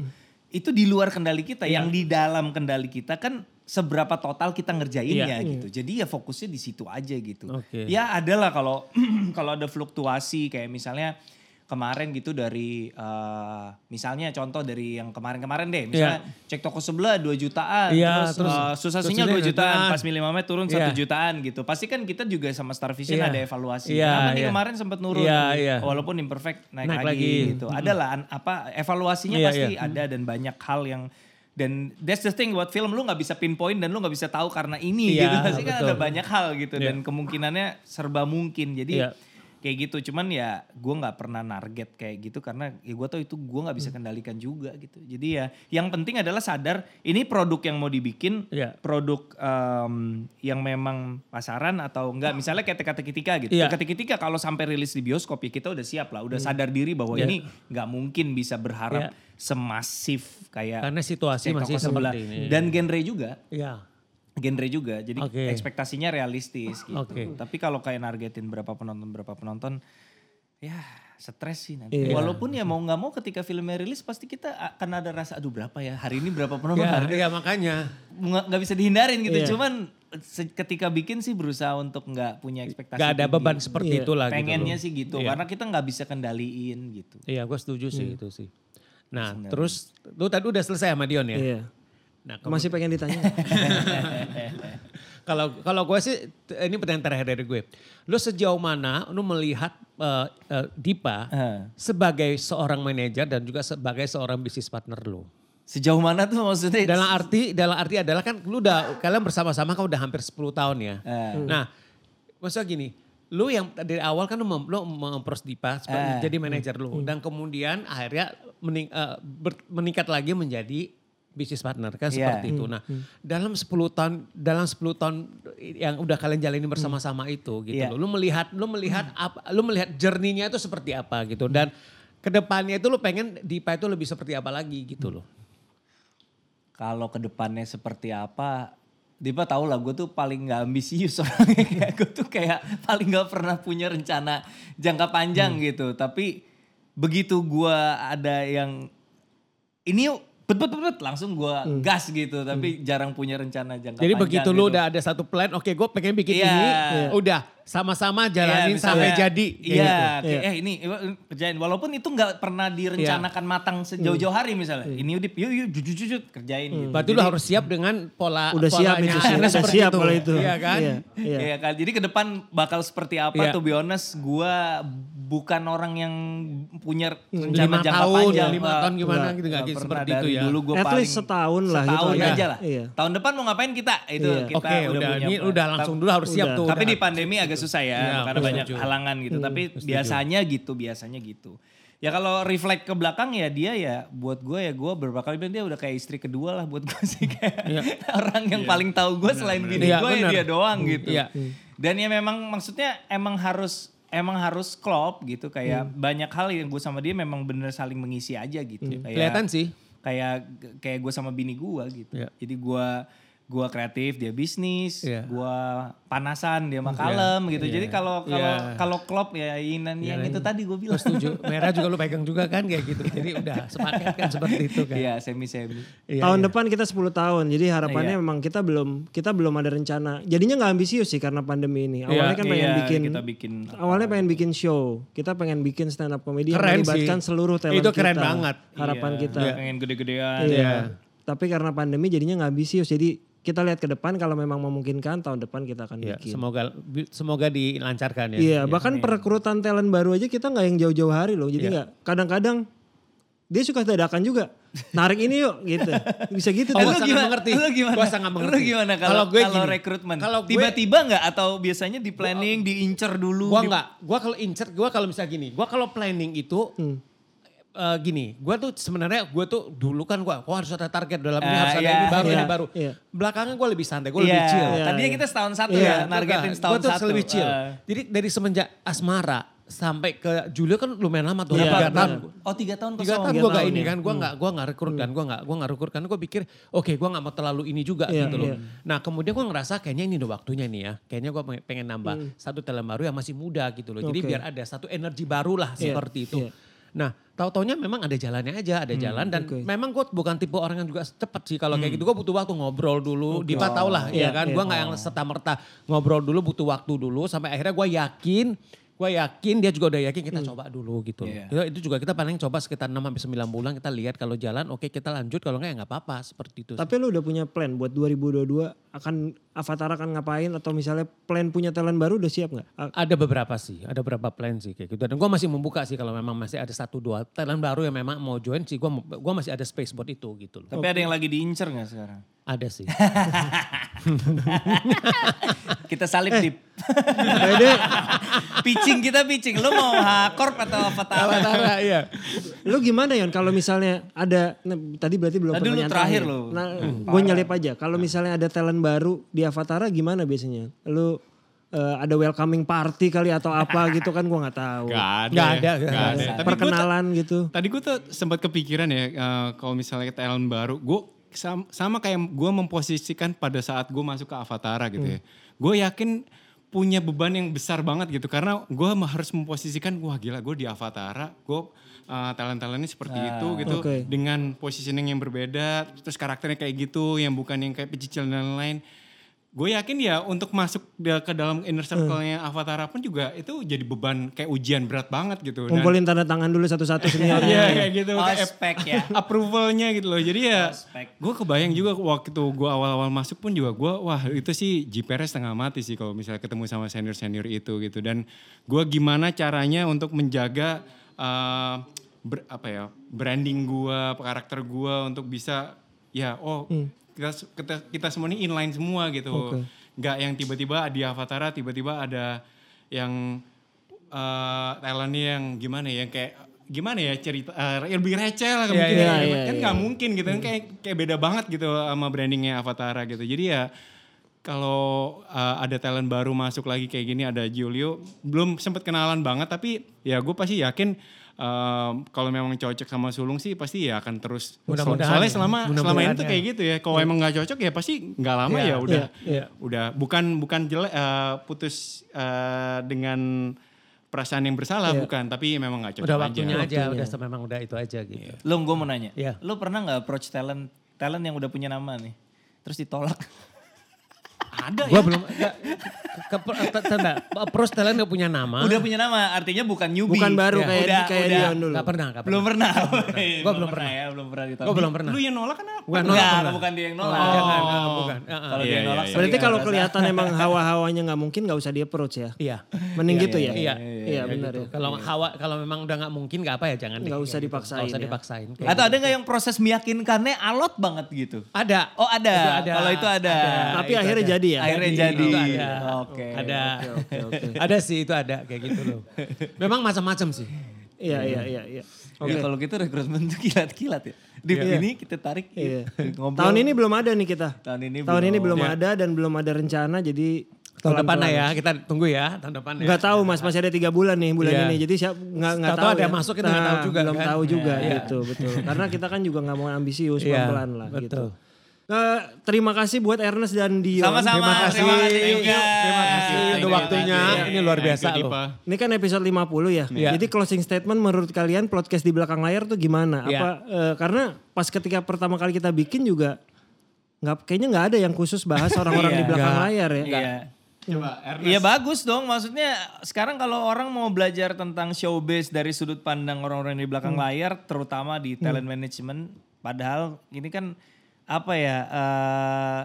[SPEAKER 3] Itu di luar kendali kita.
[SPEAKER 2] Iya.
[SPEAKER 3] Yang di dalam kendali kita kan seberapa total kita ngerjainnya gitu. Jadi ya fokusnya di situ aja gitu.
[SPEAKER 2] Iya. Oke.
[SPEAKER 3] Ya adalah kalau [clears throat] kalau ada fluktuasi kayak misalnya kemarin gitu dari eh, misalnya contoh dari yang kemarin-kemarin deh misalnya cek toko sebelah 2 jutaan
[SPEAKER 2] Iya,
[SPEAKER 3] terus,
[SPEAKER 2] terus-
[SPEAKER 3] eh, susah
[SPEAKER 2] terus
[SPEAKER 3] sinyal
[SPEAKER 2] ini
[SPEAKER 3] 2 jutaan
[SPEAKER 2] jutaan.
[SPEAKER 3] pas milih Mamet turun
[SPEAKER 2] Iya.
[SPEAKER 3] satu jutaan gitu. Pasti kan kita juga sama Star Vision
[SPEAKER 2] Iya.
[SPEAKER 3] ada evaluasi.
[SPEAKER 2] Iya,
[SPEAKER 3] Kenapa nih
[SPEAKER 2] iya.
[SPEAKER 3] kemarin sempat nurun?
[SPEAKER 2] Iya, iya.
[SPEAKER 3] Walaupun imperfect naik,
[SPEAKER 2] Naik
[SPEAKER 3] lagi,
[SPEAKER 2] lagi.
[SPEAKER 3] gitu. Ada lah an- apa evaluasinya
[SPEAKER 2] Iya,
[SPEAKER 3] pasti
[SPEAKER 2] iya.
[SPEAKER 3] ada dan banyak hal yang dan that's the thing buat film lu nggak bisa pinpoint dan lu nggak bisa tahu karena ini
[SPEAKER 2] Iya,
[SPEAKER 3] gitu. [laughs] Pasti kan
[SPEAKER 2] betul.
[SPEAKER 3] ada banyak hal gitu dan kemungkinannya serba mungkin. Jadi
[SPEAKER 2] Iya.
[SPEAKER 3] kayak gitu. Cuman ya gue nggak pernah target kayak gitu karena ya gue tau itu gue nggak
[SPEAKER 2] Mm.
[SPEAKER 3] bisa kendalikan juga gitu. Jadi ya yang penting adalah sadar ini produk yang mau dibikin
[SPEAKER 2] Iya.
[SPEAKER 3] produk em, yang memang pasaran atau enggak misalnya kayak teka-teki-tika gitu
[SPEAKER 2] Iya.
[SPEAKER 3] teka-teki-tika kalau sampai rilis di bioskop ya kita udah siap lah udah sadar diri bahwa
[SPEAKER 2] Iya.
[SPEAKER 3] ini nggak mungkin bisa
[SPEAKER 2] Iya.
[SPEAKER 3] berharap semasif kayak
[SPEAKER 2] Karena situasi
[SPEAKER 3] Cek
[SPEAKER 2] masih
[SPEAKER 3] Toko Sebelah.
[SPEAKER 2] seperti ini.
[SPEAKER 3] dan genre juga
[SPEAKER 2] Iya.
[SPEAKER 3] genre juga jadi
[SPEAKER 2] Oke.
[SPEAKER 3] ekspektasinya realistis gitu
[SPEAKER 2] Oke.
[SPEAKER 3] tapi kalau kayak nargetin berapa penonton berapa penonton ya stres sih nanti
[SPEAKER 1] Iya.
[SPEAKER 3] walaupun ya mau nggak mau ketika filmnya rilis pasti kita akan ada rasa aduh berapa ya hari ini berapa penonton
[SPEAKER 2] Iya,
[SPEAKER 3] hari ini
[SPEAKER 2] iya, makanya.
[SPEAKER 3] nggak nggak bisa dihindarin gitu.
[SPEAKER 1] Iya.
[SPEAKER 3] Cuman se- ketika bikin sih berusaha untuk nggak punya ekspektasi.
[SPEAKER 2] Gak ada
[SPEAKER 3] tinggi.
[SPEAKER 2] beban seperti
[SPEAKER 1] Iya.
[SPEAKER 2] itulah gitu.
[SPEAKER 3] Pengennya
[SPEAKER 2] loh.
[SPEAKER 3] sih gitu,
[SPEAKER 2] Iya.
[SPEAKER 3] karena kita nggak bisa kendaliin gitu.
[SPEAKER 2] Iya, gue setuju sih itu sih. Nah, terus lu tadi udah selesai sama Dion ya?
[SPEAKER 1] Iya.
[SPEAKER 2] Nah, kalau-
[SPEAKER 1] Masih pengen ditanya.
[SPEAKER 2] [laughs] Iya, kalau kalau gue sih t- ini pertanyaan terakhir dari gue. Lu sejauh mana lu melihat eh, eh, Dipa
[SPEAKER 3] Eh.
[SPEAKER 2] sebagai seorang manajer dan juga sebagai seorang bisnis partner lu?
[SPEAKER 3] Sejauh mana tuh maksudnya?
[SPEAKER 2] Dalam arti dalam arti adalah kan lu udah kalian bersama-sama kan udah hampir 10 tahun ya.
[SPEAKER 3] Eh.
[SPEAKER 2] Nah, maksudnya gini, lu yang dari awal kan lu, mem, lu mempros Dipa sebagai-
[SPEAKER 3] Eh.
[SPEAKER 2] jadi manajer lu dan kemudian akhirnya mening- eh, ber- meningkat lagi menjadi bisnis partner kan
[SPEAKER 3] Iya.
[SPEAKER 2] seperti itu. Nah, dalam 10 tahun dalam 10 tahun yang udah kalian jalani bersama-sama itu gitu
[SPEAKER 3] Hmm. Iya.
[SPEAKER 2] loh. Lu melihat lu melihat apa lu melihat jerninya itu seperti apa gitu dan
[SPEAKER 3] Hmm.
[SPEAKER 2] kedepannya itu lu pengen Dipa itu lebih seperti apa lagi gitu loh.
[SPEAKER 3] Kalau kedepannya seperti apa? Dipa tau lah gue tuh paling gak ambisius [laughs] orangnya kayak gue tuh kayak paling gak pernah punya rencana jangka
[SPEAKER 2] Hmm.
[SPEAKER 3] panjang gitu. Tapi begitu gue ada yang ini yuk bet bet bet, bet, langsung gue gas gitu. Tapi jarang punya rencana jangka
[SPEAKER 2] Hmm. Jadi
[SPEAKER 3] panjang.
[SPEAKER 2] begitu lu
[SPEAKER 3] gitu.
[SPEAKER 2] udah ada satu plan, oke gue pengen bikin
[SPEAKER 3] Iya.
[SPEAKER 2] ini, ya.
[SPEAKER 3] Iya.
[SPEAKER 2] udah sama-sama
[SPEAKER 3] Iya,
[SPEAKER 2] jalanin
[SPEAKER 3] misalnya,
[SPEAKER 2] sampai jadi. kayak
[SPEAKER 3] Iya,
[SPEAKER 2] gitu.
[SPEAKER 3] kayak, eh ini eh, kerjain. Walaupun itu nggak pernah direncanakan
[SPEAKER 2] Iya.
[SPEAKER 3] matang
[SPEAKER 2] Hmm.
[SPEAKER 3] sejauh-jauh hari misalnya. Ini udah yuk yuk jujur jujur kerjain gitu.
[SPEAKER 2] Berarti lu harus siap dengan pola
[SPEAKER 1] Udah siap
[SPEAKER 2] polanya.
[SPEAKER 1] itu
[SPEAKER 2] [laughs]
[SPEAKER 1] sih,
[SPEAKER 2] Akhirnya
[SPEAKER 1] udah
[SPEAKER 2] seperti
[SPEAKER 1] siap kalau itu.
[SPEAKER 2] Iya kan?
[SPEAKER 1] Iya, iya.
[SPEAKER 3] Iya kan. Jadi ke depan bakal seperti apa
[SPEAKER 2] Iya.
[SPEAKER 3] tuh be honest gua bukan orang yang punya
[SPEAKER 2] Hmm, Lima
[SPEAKER 3] rencana jangka
[SPEAKER 2] tahun,
[SPEAKER 3] panjang.
[SPEAKER 2] lima
[SPEAKER 3] Pak.
[SPEAKER 2] tahun gimana
[SPEAKER 3] Nggak
[SPEAKER 2] gitu nggak
[SPEAKER 3] pernah
[SPEAKER 2] seperti itu
[SPEAKER 3] dari
[SPEAKER 2] ya.
[SPEAKER 3] Dulu gua
[SPEAKER 1] At
[SPEAKER 3] paling
[SPEAKER 1] least setahun lah gitu
[SPEAKER 3] Setahun
[SPEAKER 1] aja.
[SPEAKER 3] aja lah.
[SPEAKER 1] Iya.
[SPEAKER 3] Tahun depan mau ngapain kita? Itu
[SPEAKER 1] Iya.
[SPEAKER 3] kita
[SPEAKER 2] Oke,
[SPEAKER 3] udah,
[SPEAKER 2] udah
[SPEAKER 3] punya
[SPEAKER 2] ini
[SPEAKER 3] plan.
[SPEAKER 2] udah langsung dulu harus siap
[SPEAKER 1] Udah.
[SPEAKER 2] tuh. Iya.
[SPEAKER 3] Tapi
[SPEAKER 2] udah.
[SPEAKER 3] di pandemi agak susah ya,
[SPEAKER 2] Iya,
[SPEAKER 3] karena
[SPEAKER 2] aku
[SPEAKER 3] banyak
[SPEAKER 2] setuju.
[SPEAKER 3] halangan gitu. Tapi biasanya gitu, biasanya gitu. Ya kalau reflect ke belakang ya dia ya buat gue ya gue beberapa kali bilang dia udah kayak istri kedua lah buat gue [laughs] sih kayak orang yang paling tahu gue selain bini
[SPEAKER 2] Iya,
[SPEAKER 3] gue ya
[SPEAKER 2] benar.
[SPEAKER 3] dia doang gitu.
[SPEAKER 2] Iya.
[SPEAKER 3] Dan ya memang maksudnya emang harus emang harus klop gitu kayak
[SPEAKER 2] Hmm.
[SPEAKER 3] banyak hal yang gue sama dia memang bener saling mengisi aja gitu. Kayak-
[SPEAKER 2] Hmm. Kelihatan sih.
[SPEAKER 3] kayak kayak gue sama bini gue gitu.
[SPEAKER 2] Iya.
[SPEAKER 3] Jadi gue gue kreatif, dia bisnis,
[SPEAKER 2] Iya.
[SPEAKER 3] gue panasan, dia mah kalem gitu. Jadi kalau kalau
[SPEAKER 2] Iya.
[SPEAKER 3] kalau klop ya inan yang itu tadi gue bilang.
[SPEAKER 2] Setuju. Merah juga lu pegang juga kan kayak gitu. Jadi udah sepaket kan seperti itu kan.
[SPEAKER 3] Iya semi semi.
[SPEAKER 2] Iya,
[SPEAKER 1] tahun
[SPEAKER 2] iya.
[SPEAKER 1] depan kita 10 tahun. Jadi harapannya
[SPEAKER 3] Iya.
[SPEAKER 1] memang kita belum kita belum ada rencana. Jadinya nggak ambisius sih karena pandemi ini. Awalnya kan pengen
[SPEAKER 3] Iya,
[SPEAKER 1] bikin
[SPEAKER 3] kita bikin
[SPEAKER 1] awalnya pengen bikin show. Kita pengen bikin stand up comedy yang
[SPEAKER 2] Keren
[SPEAKER 1] melibatkan
[SPEAKER 2] sih.
[SPEAKER 1] seluruh talent
[SPEAKER 2] Itu keren
[SPEAKER 1] kita.
[SPEAKER 2] banget.
[SPEAKER 1] Harapan
[SPEAKER 3] Iya,
[SPEAKER 1] kita.
[SPEAKER 2] Iya.
[SPEAKER 3] pengen gede-gedean.
[SPEAKER 1] Iya. Tapi karena pandemi jadinya nggak ambisius. Jadi kita lihat ke depan kalau memang memungkinkan tahun depan kita akan
[SPEAKER 2] Iya,
[SPEAKER 1] bikin.
[SPEAKER 2] semoga semoga dilancarkan ya.
[SPEAKER 1] Iya, bahkan perekrutan talent baru aja kita nggak yang jauh-jauh hari loh.
[SPEAKER 2] Iya.
[SPEAKER 1] Jadi nggak kadang-kadang dia suka dadakan juga. Narik ini yuk gitu. Bisa gitu.
[SPEAKER 2] [laughs] Oh,
[SPEAKER 1] tuh.
[SPEAKER 2] gua sangat mengerti.
[SPEAKER 3] Eh, Lu gimana?
[SPEAKER 2] Gua sangat mengerti.
[SPEAKER 3] Lu gimana kalau
[SPEAKER 2] Kalau gue
[SPEAKER 3] kalau
[SPEAKER 2] gini.
[SPEAKER 3] rekrutmen?
[SPEAKER 2] Kalau gue-
[SPEAKER 3] tiba-tiba nggak atau biasanya di planning, diincer
[SPEAKER 1] Hmm,
[SPEAKER 3] dulu?
[SPEAKER 2] Gua
[SPEAKER 3] di-
[SPEAKER 2] nggak, gua kalau insert, gua kalau misalnya gini, gua kalau planning itu
[SPEAKER 1] Hmm.
[SPEAKER 2] eh, gini, gua tuh sebenarnya gua tuh dulu kan gua, gua harus ada target dalam ini
[SPEAKER 3] Ah,
[SPEAKER 2] harus ada
[SPEAKER 3] iya,
[SPEAKER 2] ini baru
[SPEAKER 1] iya,
[SPEAKER 2] ini baru.
[SPEAKER 1] iya.
[SPEAKER 2] Belakangan gua lebih santai, gua
[SPEAKER 3] Iya,
[SPEAKER 2] lebih chill.
[SPEAKER 3] Tadinya kita setahun satu
[SPEAKER 1] Iya,
[SPEAKER 3] ya, nargetin
[SPEAKER 2] Gua
[SPEAKER 3] setahun
[SPEAKER 2] tuh
[SPEAKER 3] satu.
[SPEAKER 2] lebih chill.
[SPEAKER 3] Eh,
[SPEAKER 2] Jadi dari semenjak Asmara sampai ke Julio kan lumayan lama tuh.
[SPEAKER 1] Iya,
[SPEAKER 3] berapa-
[SPEAKER 2] tiga tahun.
[SPEAKER 3] berapa- Oh tiga tahun
[SPEAKER 2] Tiga
[SPEAKER 3] kosong.
[SPEAKER 2] tahun
[SPEAKER 3] Tiga
[SPEAKER 2] gue gak
[SPEAKER 3] tahun
[SPEAKER 2] ini
[SPEAKER 3] ya.
[SPEAKER 2] kan, gue gak, gua
[SPEAKER 1] Hmm.
[SPEAKER 2] gak rekrut kan, gue gak, gua gak rekrut kan. Gue pikir oke gue gak mau terlalu ini juga
[SPEAKER 1] Iya,
[SPEAKER 2] gitu loh.
[SPEAKER 1] iya.
[SPEAKER 2] Nah kemudian gue ngerasa kayaknya ini udah waktunya nih ya. Kayaknya gue pengen nambah satu talent baru yang masih muda gitu loh. Jadi
[SPEAKER 1] Hmm. Oke.
[SPEAKER 2] biar ada satu energi baru lah
[SPEAKER 1] Iya,
[SPEAKER 2] seperti itu.
[SPEAKER 1] iya. Hmm,
[SPEAKER 2] Nah tahu-taunya memang ada jalannya aja, ada jalan. Dan
[SPEAKER 1] oke. Hmm.
[SPEAKER 2] memang gue bukan tipe orang yang juga cepet sih. Kalau kayak gitu gue butuh waktu ngobrol dulu. Dipa tau lah
[SPEAKER 1] Iya,
[SPEAKER 2] ya kan.
[SPEAKER 1] iya.
[SPEAKER 2] Gue gak yang serta-merta ngobrol dulu butuh waktu dulu. Sampai akhirnya gue yakin gue yakin dia juga udah yakin
[SPEAKER 1] Hmm.
[SPEAKER 2] kita coba dulu gitu.
[SPEAKER 3] Iya.
[SPEAKER 2] Itu, itu juga kita paling coba sekitar 6 sampai 9 bulan kita lihat kalau jalan oke kita lanjut kalau enggak ya enggak apa-apa seperti itu.
[SPEAKER 1] Tapi lu udah punya plan buat 2022 akan Avatar akan ngapain atau misalnya plan punya talent baru udah siap nggak? Ah,
[SPEAKER 2] [laughs]
[SPEAKER 1] A-
[SPEAKER 2] ada beberapa sih, ada beberapa plan sih kayak gitu. Dan gue masih membuka sih kalau memang masih ada satu dua talent baru yang memang mau join sih. Gue gua masih ada space buat itu gitu loh.
[SPEAKER 3] Tapi ada yang lagi diincer nggak sekarang?
[SPEAKER 2] Ada [laughs] sih.
[SPEAKER 3] Kita salib tip.
[SPEAKER 1] Bede,
[SPEAKER 3] [laughs] pitching kita pitching. Lu mau hakor atau apa tahu?
[SPEAKER 2] Iya.
[SPEAKER 1] lu gimana Yon kalau misalnya ada nah, tadi berarti belum
[SPEAKER 3] Tadi lu
[SPEAKER 1] pertanyaan
[SPEAKER 3] terakhir lu.
[SPEAKER 1] Nah, gue nyelip aja. Kalau misalnya ada talent baru di Avatara gimana biasanya? Lu eh, ada welcoming party kali atau apa gitu kan gua nggak tahu. Nah,
[SPEAKER 4] Gak
[SPEAKER 2] Nggak
[SPEAKER 4] ada.
[SPEAKER 2] ada,
[SPEAKER 4] ya.
[SPEAKER 2] nggak
[SPEAKER 4] Nggak
[SPEAKER 2] ada.
[SPEAKER 4] ada. Tapi gua tuh-
[SPEAKER 1] Perkenalan gitu.
[SPEAKER 4] Tadi gue tuh sempat kepikiran ya eh, kalau misalnya talent baru, gue sama, kayak gue memposisikan pada saat gue masuk ke Avatara gitu ya. Gue yakin punya beban yang besar banget gitu karena gue harus memposisikan wah gila gue di Avatara, gue talent talentnya seperti itu gitu
[SPEAKER 1] Oke.
[SPEAKER 4] dengan positioning yang berbeda, terus karakternya kayak gitu yang bukan yang kayak pecicil dan lain-lain. Gue yakin ya untuk masuk da- ke dalam inner circle-nya Avatara pun juga itu jadi beban kayak ujian berat banget gitu. Dan-
[SPEAKER 1] Ngumpulin tanda tangan dulu satu-satu senior.
[SPEAKER 4] Iya kayak gitu. kayak
[SPEAKER 3] Ospek ya.
[SPEAKER 4] [laughs] approvalnya gitu loh. Jadi ya
[SPEAKER 3] Ospek.
[SPEAKER 4] gue kebayang juga waktu gue awal-awal masuk pun juga gue wah itu sih JPR setengah mati sih kalau misalnya ketemu sama senior-senior itu gitu. Dan gue gimana caranya untuk menjaga eh, ber- apa ya branding gue, karakter gue untuk bisa ya oh kita, kita kita semua ini inline semua gitu. Nggak yang tiba-tiba di Avatara tiba-tiba ada yang eh talentnya yang gimana ya yang kayak gimana ya cerita eh, lebih receh lah mungkin
[SPEAKER 1] iya,
[SPEAKER 4] ya,
[SPEAKER 1] iya,
[SPEAKER 4] kan nggak mungkin gitu kan kayak kayak beda banget gitu sama brandingnya Avatara gitu jadi ya kalau eh, ada talent baru masuk lagi kayak gini ada Julio belum sempet kenalan banget tapi ya gue pasti yakin eh, kalau memang cocok sama Sulung sih pasti ya akan terus
[SPEAKER 2] Mudah-mudahan
[SPEAKER 4] soalnya
[SPEAKER 2] ya.
[SPEAKER 4] selama selama ini
[SPEAKER 2] Mudah-mudahan
[SPEAKER 4] tuh
[SPEAKER 2] ya.
[SPEAKER 4] kayak gitu ya kalau emang nggak cocok ya pasti nggak lama ya udah
[SPEAKER 1] iya.
[SPEAKER 4] udah bukan bukan jelek eh, putus eh, dengan perasaan yang bersalah bukan tapi memang nggak cocok
[SPEAKER 2] Udah
[SPEAKER 4] aja.
[SPEAKER 2] waktunya aja, udah memang udah itu aja gitu.
[SPEAKER 3] Lu gue mau nanya.
[SPEAKER 2] Iya.
[SPEAKER 3] Lu pernah nggak approach talent talent yang udah punya nama nih? Terus ditolak.
[SPEAKER 4] ada
[SPEAKER 2] Gue belum enggak ke, ke, ke, tanda, pros talent udah punya nama.
[SPEAKER 3] Udah punya nama artinya bukan newbie. Iya.
[SPEAKER 1] Bukan baru kayak
[SPEAKER 3] udah,
[SPEAKER 1] kayak
[SPEAKER 3] udah.
[SPEAKER 1] Dion dulu.
[SPEAKER 2] Gak pernah, gak
[SPEAKER 3] [laughs] Belum
[SPEAKER 2] pernah.
[SPEAKER 3] pernah.
[SPEAKER 2] Gua belum pernah.
[SPEAKER 3] ya, belum pernah ditolak.
[SPEAKER 2] Gue belum pernah.
[SPEAKER 4] lu yang nolak iya kan. kenapa
[SPEAKER 2] Gua nolak
[SPEAKER 3] Enggak,
[SPEAKER 2] pernah.
[SPEAKER 3] bukan dia yang nolak.
[SPEAKER 2] Jangan, ah, bukan. Ah, ah.
[SPEAKER 3] Kalau dia
[SPEAKER 4] Iya,
[SPEAKER 3] yang
[SPEAKER 4] iya,
[SPEAKER 3] nolak.
[SPEAKER 4] iya.
[SPEAKER 3] sorry,
[SPEAKER 1] Berarti
[SPEAKER 3] nggak
[SPEAKER 1] kalau
[SPEAKER 3] rasa.
[SPEAKER 1] kelihatan emang hawa-hawanya nggak mungkin nggak usah di approach ya.
[SPEAKER 2] Iya.
[SPEAKER 1] Mending gitu ya.
[SPEAKER 2] Iya,
[SPEAKER 1] Iya benar
[SPEAKER 2] gitu.
[SPEAKER 1] ya.
[SPEAKER 2] Kalau hawa kalau memang udah nggak mungkin nggak apa ya jangan. deh.
[SPEAKER 1] Nggak usah
[SPEAKER 2] Kayak gitu.
[SPEAKER 1] dipaksain
[SPEAKER 2] Nggak usah
[SPEAKER 1] ya.
[SPEAKER 2] dipaksain. Kayak gitu.
[SPEAKER 3] Atau ada nggak yang proses meyakinkannya alot banget gitu?
[SPEAKER 2] Ada.
[SPEAKER 3] Oh ada.
[SPEAKER 2] Itu
[SPEAKER 3] Kalau itu ada.
[SPEAKER 1] Tapi
[SPEAKER 2] itu
[SPEAKER 1] akhirnya
[SPEAKER 2] ada.
[SPEAKER 1] jadi ya.
[SPEAKER 3] Akhirnya
[SPEAKER 6] Iya,
[SPEAKER 3] jadi.
[SPEAKER 2] Itu ada.
[SPEAKER 3] Oke.
[SPEAKER 2] Ada.
[SPEAKER 1] oke, oke.
[SPEAKER 6] [laughs]
[SPEAKER 2] ada sih itu ada kayak gitu
[SPEAKER 1] [laughs]
[SPEAKER 2] loh. Memang macam-macam sih.
[SPEAKER 1] Iya iya iya iya.
[SPEAKER 3] Oke. Kalau gitu rekrutmen tuh kilat-kilat ya. Di ini kita tarik.
[SPEAKER 1] Iya.
[SPEAKER 3] [laughs] Ngobrol.
[SPEAKER 1] Tahun ini belum ada nih kita.
[SPEAKER 3] Tahun ini
[SPEAKER 1] Tahun ini belum
[SPEAKER 2] Iya.
[SPEAKER 1] ada dan belum ada rencana jadi
[SPEAKER 2] Tahun depan lah ya, kita tunggu ya tahun depan ya.
[SPEAKER 1] nggak tahu mas masih ada tiga bulan nih bulan
[SPEAKER 2] Iya.
[SPEAKER 1] ini jadi siap nggak nggak
[SPEAKER 2] Tahu-tahu
[SPEAKER 1] tahu
[SPEAKER 2] ada
[SPEAKER 1] ya.
[SPEAKER 2] yang masuk kita nggak tahu juga,
[SPEAKER 1] belum
[SPEAKER 2] kan?
[SPEAKER 1] tahu juga
[SPEAKER 2] Iya.
[SPEAKER 1] gitu betul karena kita kan juga nggak mau ambisius
[SPEAKER 2] Iya,
[SPEAKER 1] pelan pelan lah gitu
[SPEAKER 2] betul.
[SPEAKER 1] Eh, terima kasih buat Ernest dan Dion
[SPEAKER 3] Sama-sama.
[SPEAKER 1] terima kasih
[SPEAKER 3] Terima kasih juga.
[SPEAKER 2] Terima kasih
[SPEAKER 3] Thank
[SPEAKER 2] udah
[SPEAKER 3] you.
[SPEAKER 2] waktunya. Ini luar biasa
[SPEAKER 4] Thank you,
[SPEAKER 2] loh.
[SPEAKER 4] Dipa.
[SPEAKER 1] ini kan episode 50 ya.
[SPEAKER 2] Iya.
[SPEAKER 1] Jadi closing statement menurut kalian podcast di belakang layar tuh gimana?
[SPEAKER 2] Iya.
[SPEAKER 1] Apa eh, karena pas ketika pertama kali kita bikin juga nggak kayaknya nggak ada yang khusus bahas orang-orang di
[SPEAKER 3] Iya.
[SPEAKER 1] belakang layar ya.
[SPEAKER 3] Iya.
[SPEAKER 4] coba Ernest
[SPEAKER 3] Iya bagus dong, maksudnya sekarang kalau orang mau belajar tentang showbiz dari sudut pandang orang-orang di belakang layar, terutama di talent management, padahal ini kan apa ya, eh,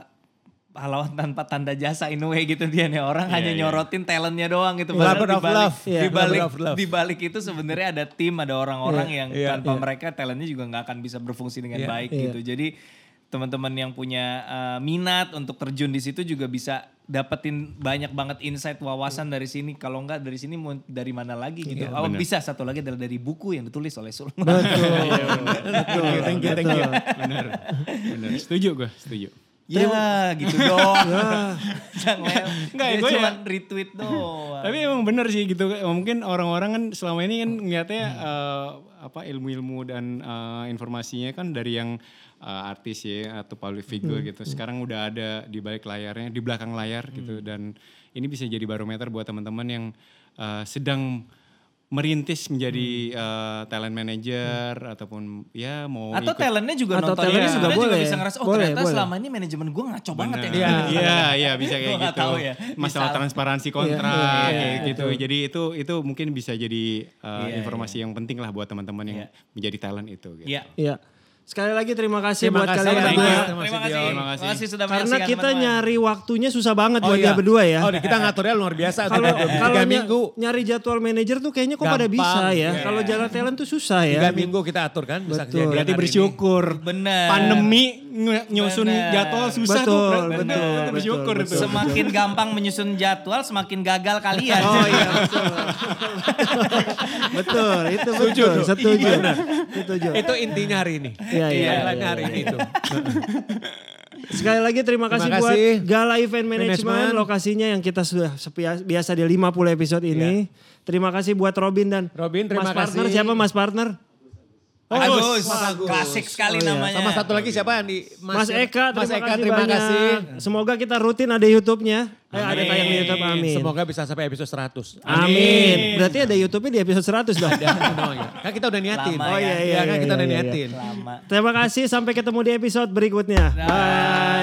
[SPEAKER 3] pahlawan tanpa tanda jasa in a way gitu dia nih orang hanya
[SPEAKER 4] iya.
[SPEAKER 3] nyorotin talentnya doang gitu
[SPEAKER 6] Iya. Labor
[SPEAKER 3] Padahal
[SPEAKER 6] of love.
[SPEAKER 1] Iya,
[SPEAKER 3] di balik
[SPEAKER 6] labor of love.
[SPEAKER 3] di balik itu sebenarnya ada tim ada orang-orang yang
[SPEAKER 6] iya,
[SPEAKER 3] tanpa
[SPEAKER 6] iya.
[SPEAKER 3] mereka talentnya juga nggak akan bisa berfungsi dengan
[SPEAKER 6] Iya,
[SPEAKER 3] baik
[SPEAKER 1] iya.
[SPEAKER 3] gitu jadi teman-teman yang punya eh, minat untuk terjun di situ juga bisa dapetin banyak banget insight wawasan dari sini kalau nggak dari sini mau dari mana lagi gitu oh, bisa satu lagi adalah dari buku yang ditulis oleh Sulman
[SPEAKER 1] Betul.
[SPEAKER 4] Thank you, thank you, thank you. Bener, bener. Setuju gue, setuju.
[SPEAKER 3] [laughs] Ya gitu doang.
[SPEAKER 1] Ah,
[SPEAKER 3] Jangan
[SPEAKER 4] Nggak,
[SPEAKER 3] Enggak,
[SPEAKER 4] ya, gua ya.
[SPEAKER 3] cuma
[SPEAKER 4] [laughs]
[SPEAKER 3] retweet doang.
[SPEAKER 4] Tapi emang bener sih gitu. Mungkin orang-orang kan selama ini kan ngeliatnya eh, apa ilmu-ilmu dan eh, informasinya kan dari yang eh, artis ya atau public figure gitu. Sekarang udah ada di balik layarnya, di belakang layar gitu. Dan ini bisa jadi barometer buat teman-teman yang eh, sedang merintis menjadi eh, talent manager ataupun ya mau
[SPEAKER 3] Atau
[SPEAKER 4] ikut-
[SPEAKER 3] talentnya juga
[SPEAKER 1] Atau
[SPEAKER 3] nonton.
[SPEAKER 1] talentnya juga
[SPEAKER 3] Sebenarnya
[SPEAKER 1] boleh.
[SPEAKER 3] bisa ngerasa, oh
[SPEAKER 1] Boleh,
[SPEAKER 3] ternyata
[SPEAKER 1] boleh.
[SPEAKER 3] selama ini manajemen gue ngaco banget ya.
[SPEAKER 4] [laughs] Iya, iya, iya bisa kayak
[SPEAKER 3] Gua nggak
[SPEAKER 4] gitu.
[SPEAKER 3] tahu ya. Iya.
[SPEAKER 4] Masalah
[SPEAKER 3] Misal.
[SPEAKER 4] transparansi kontrak kayak gitu. Jadi itu itu mungkin bisa jadi uh,
[SPEAKER 3] Iya,
[SPEAKER 4] informasi yang penting lah buat teman-teman yang menjadi talent itu gitu.
[SPEAKER 3] Iya.
[SPEAKER 1] Iya. Sekali lagi terima kasih
[SPEAKER 4] Terima
[SPEAKER 1] buat
[SPEAKER 4] kasih,
[SPEAKER 1] kalian
[SPEAKER 4] thank
[SPEAKER 1] berdua.
[SPEAKER 4] you.
[SPEAKER 3] Terima kasih. Terima kasih. sudah
[SPEAKER 1] Karena
[SPEAKER 3] menyaksikan,
[SPEAKER 1] kita
[SPEAKER 3] teman-teman.
[SPEAKER 1] nyari waktunya susah banget buat
[SPEAKER 6] iya.
[SPEAKER 1] dia berdua ya.
[SPEAKER 6] Oh, kita ngaturnya luar biasa. tuh.
[SPEAKER 1] Kalau kalau Iya.
[SPEAKER 6] tiga
[SPEAKER 1] ny-
[SPEAKER 6] minggu,
[SPEAKER 1] nyari jadwal manajer tuh kayaknya kok pada
[SPEAKER 6] Gampang.
[SPEAKER 1] bisa ya. Kalau jalan talent tuh susah ya.
[SPEAKER 6] tiga minggu kita atur kan. Bisa
[SPEAKER 1] Betul.
[SPEAKER 6] kejadian
[SPEAKER 4] Berarti
[SPEAKER 6] hari ini.
[SPEAKER 4] bersyukur.
[SPEAKER 3] Bener.
[SPEAKER 4] Pandemi nge- nyusun
[SPEAKER 3] Bener.
[SPEAKER 4] jadwal susah
[SPEAKER 1] Betul,
[SPEAKER 4] tuh.
[SPEAKER 1] betul,
[SPEAKER 4] Bener, itu
[SPEAKER 1] betul,
[SPEAKER 4] bersyukur
[SPEAKER 1] betul.
[SPEAKER 4] itu.
[SPEAKER 3] Semakin gampang menyusun jadwal, semakin gagal kalian. Oh iya.
[SPEAKER 1] betul, itu betul. Setuju. Setuju.
[SPEAKER 6] Itu intinya hari ini.
[SPEAKER 1] Iya, iya,
[SPEAKER 6] Highlightnya
[SPEAKER 1] iya,
[SPEAKER 6] hari
[SPEAKER 1] iya.
[SPEAKER 6] ini itu.
[SPEAKER 1] Sekali lagi terima kasih,
[SPEAKER 6] Terima
[SPEAKER 1] buat
[SPEAKER 6] kasih.
[SPEAKER 1] Gala Event Management,
[SPEAKER 6] Management.
[SPEAKER 1] lokasinya yang kita sudah sepia- biasa di 50 episode ini. Terima kasih buat Robin dan
[SPEAKER 6] Iya. Robin, terima
[SPEAKER 1] Mas Partner
[SPEAKER 6] kasih.
[SPEAKER 1] siapa Mas Partner?
[SPEAKER 6] Agus.
[SPEAKER 3] Klasik sekali namanya.
[SPEAKER 6] Sama satu lagi siapa yang di
[SPEAKER 1] Mas, Eka, terima
[SPEAKER 6] Mas Eka,
[SPEAKER 1] kasih
[SPEAKER 6] terima
[SPEAKER 1] banyak.
[SPEAKER 6] kasih.
[SPEAKER 1] Semoga kita rutin ada YouTube-nya. Eh, ada
[SPEAKER 3] Amin.
[SPEAKER 1] tayang di YouTube, amin.
[SPEAKER 6] Semoga bisa sampai episode 100.
[SPEAKER 1] Amin. Berarti ada YouTube-nya di episode 100 dong.
[SPEAKER 6] Oh, iya. Kan kita udah niatin.
[SPEAKER 3] Lama Oh, ya. iya,
[SPEAKER 1] iya,
[SPEAKER 6] kan
[SPEAKER 1] iya,
[SPEAKER 6] kita udah
[SPEAKER 1] iya, iya.
[SPEAKER 6] niatin.
[SPEAKER 3] Lama.
[SPEAKER 1] Terima kasih, sampai ketemu di episode berikutnya. Bye.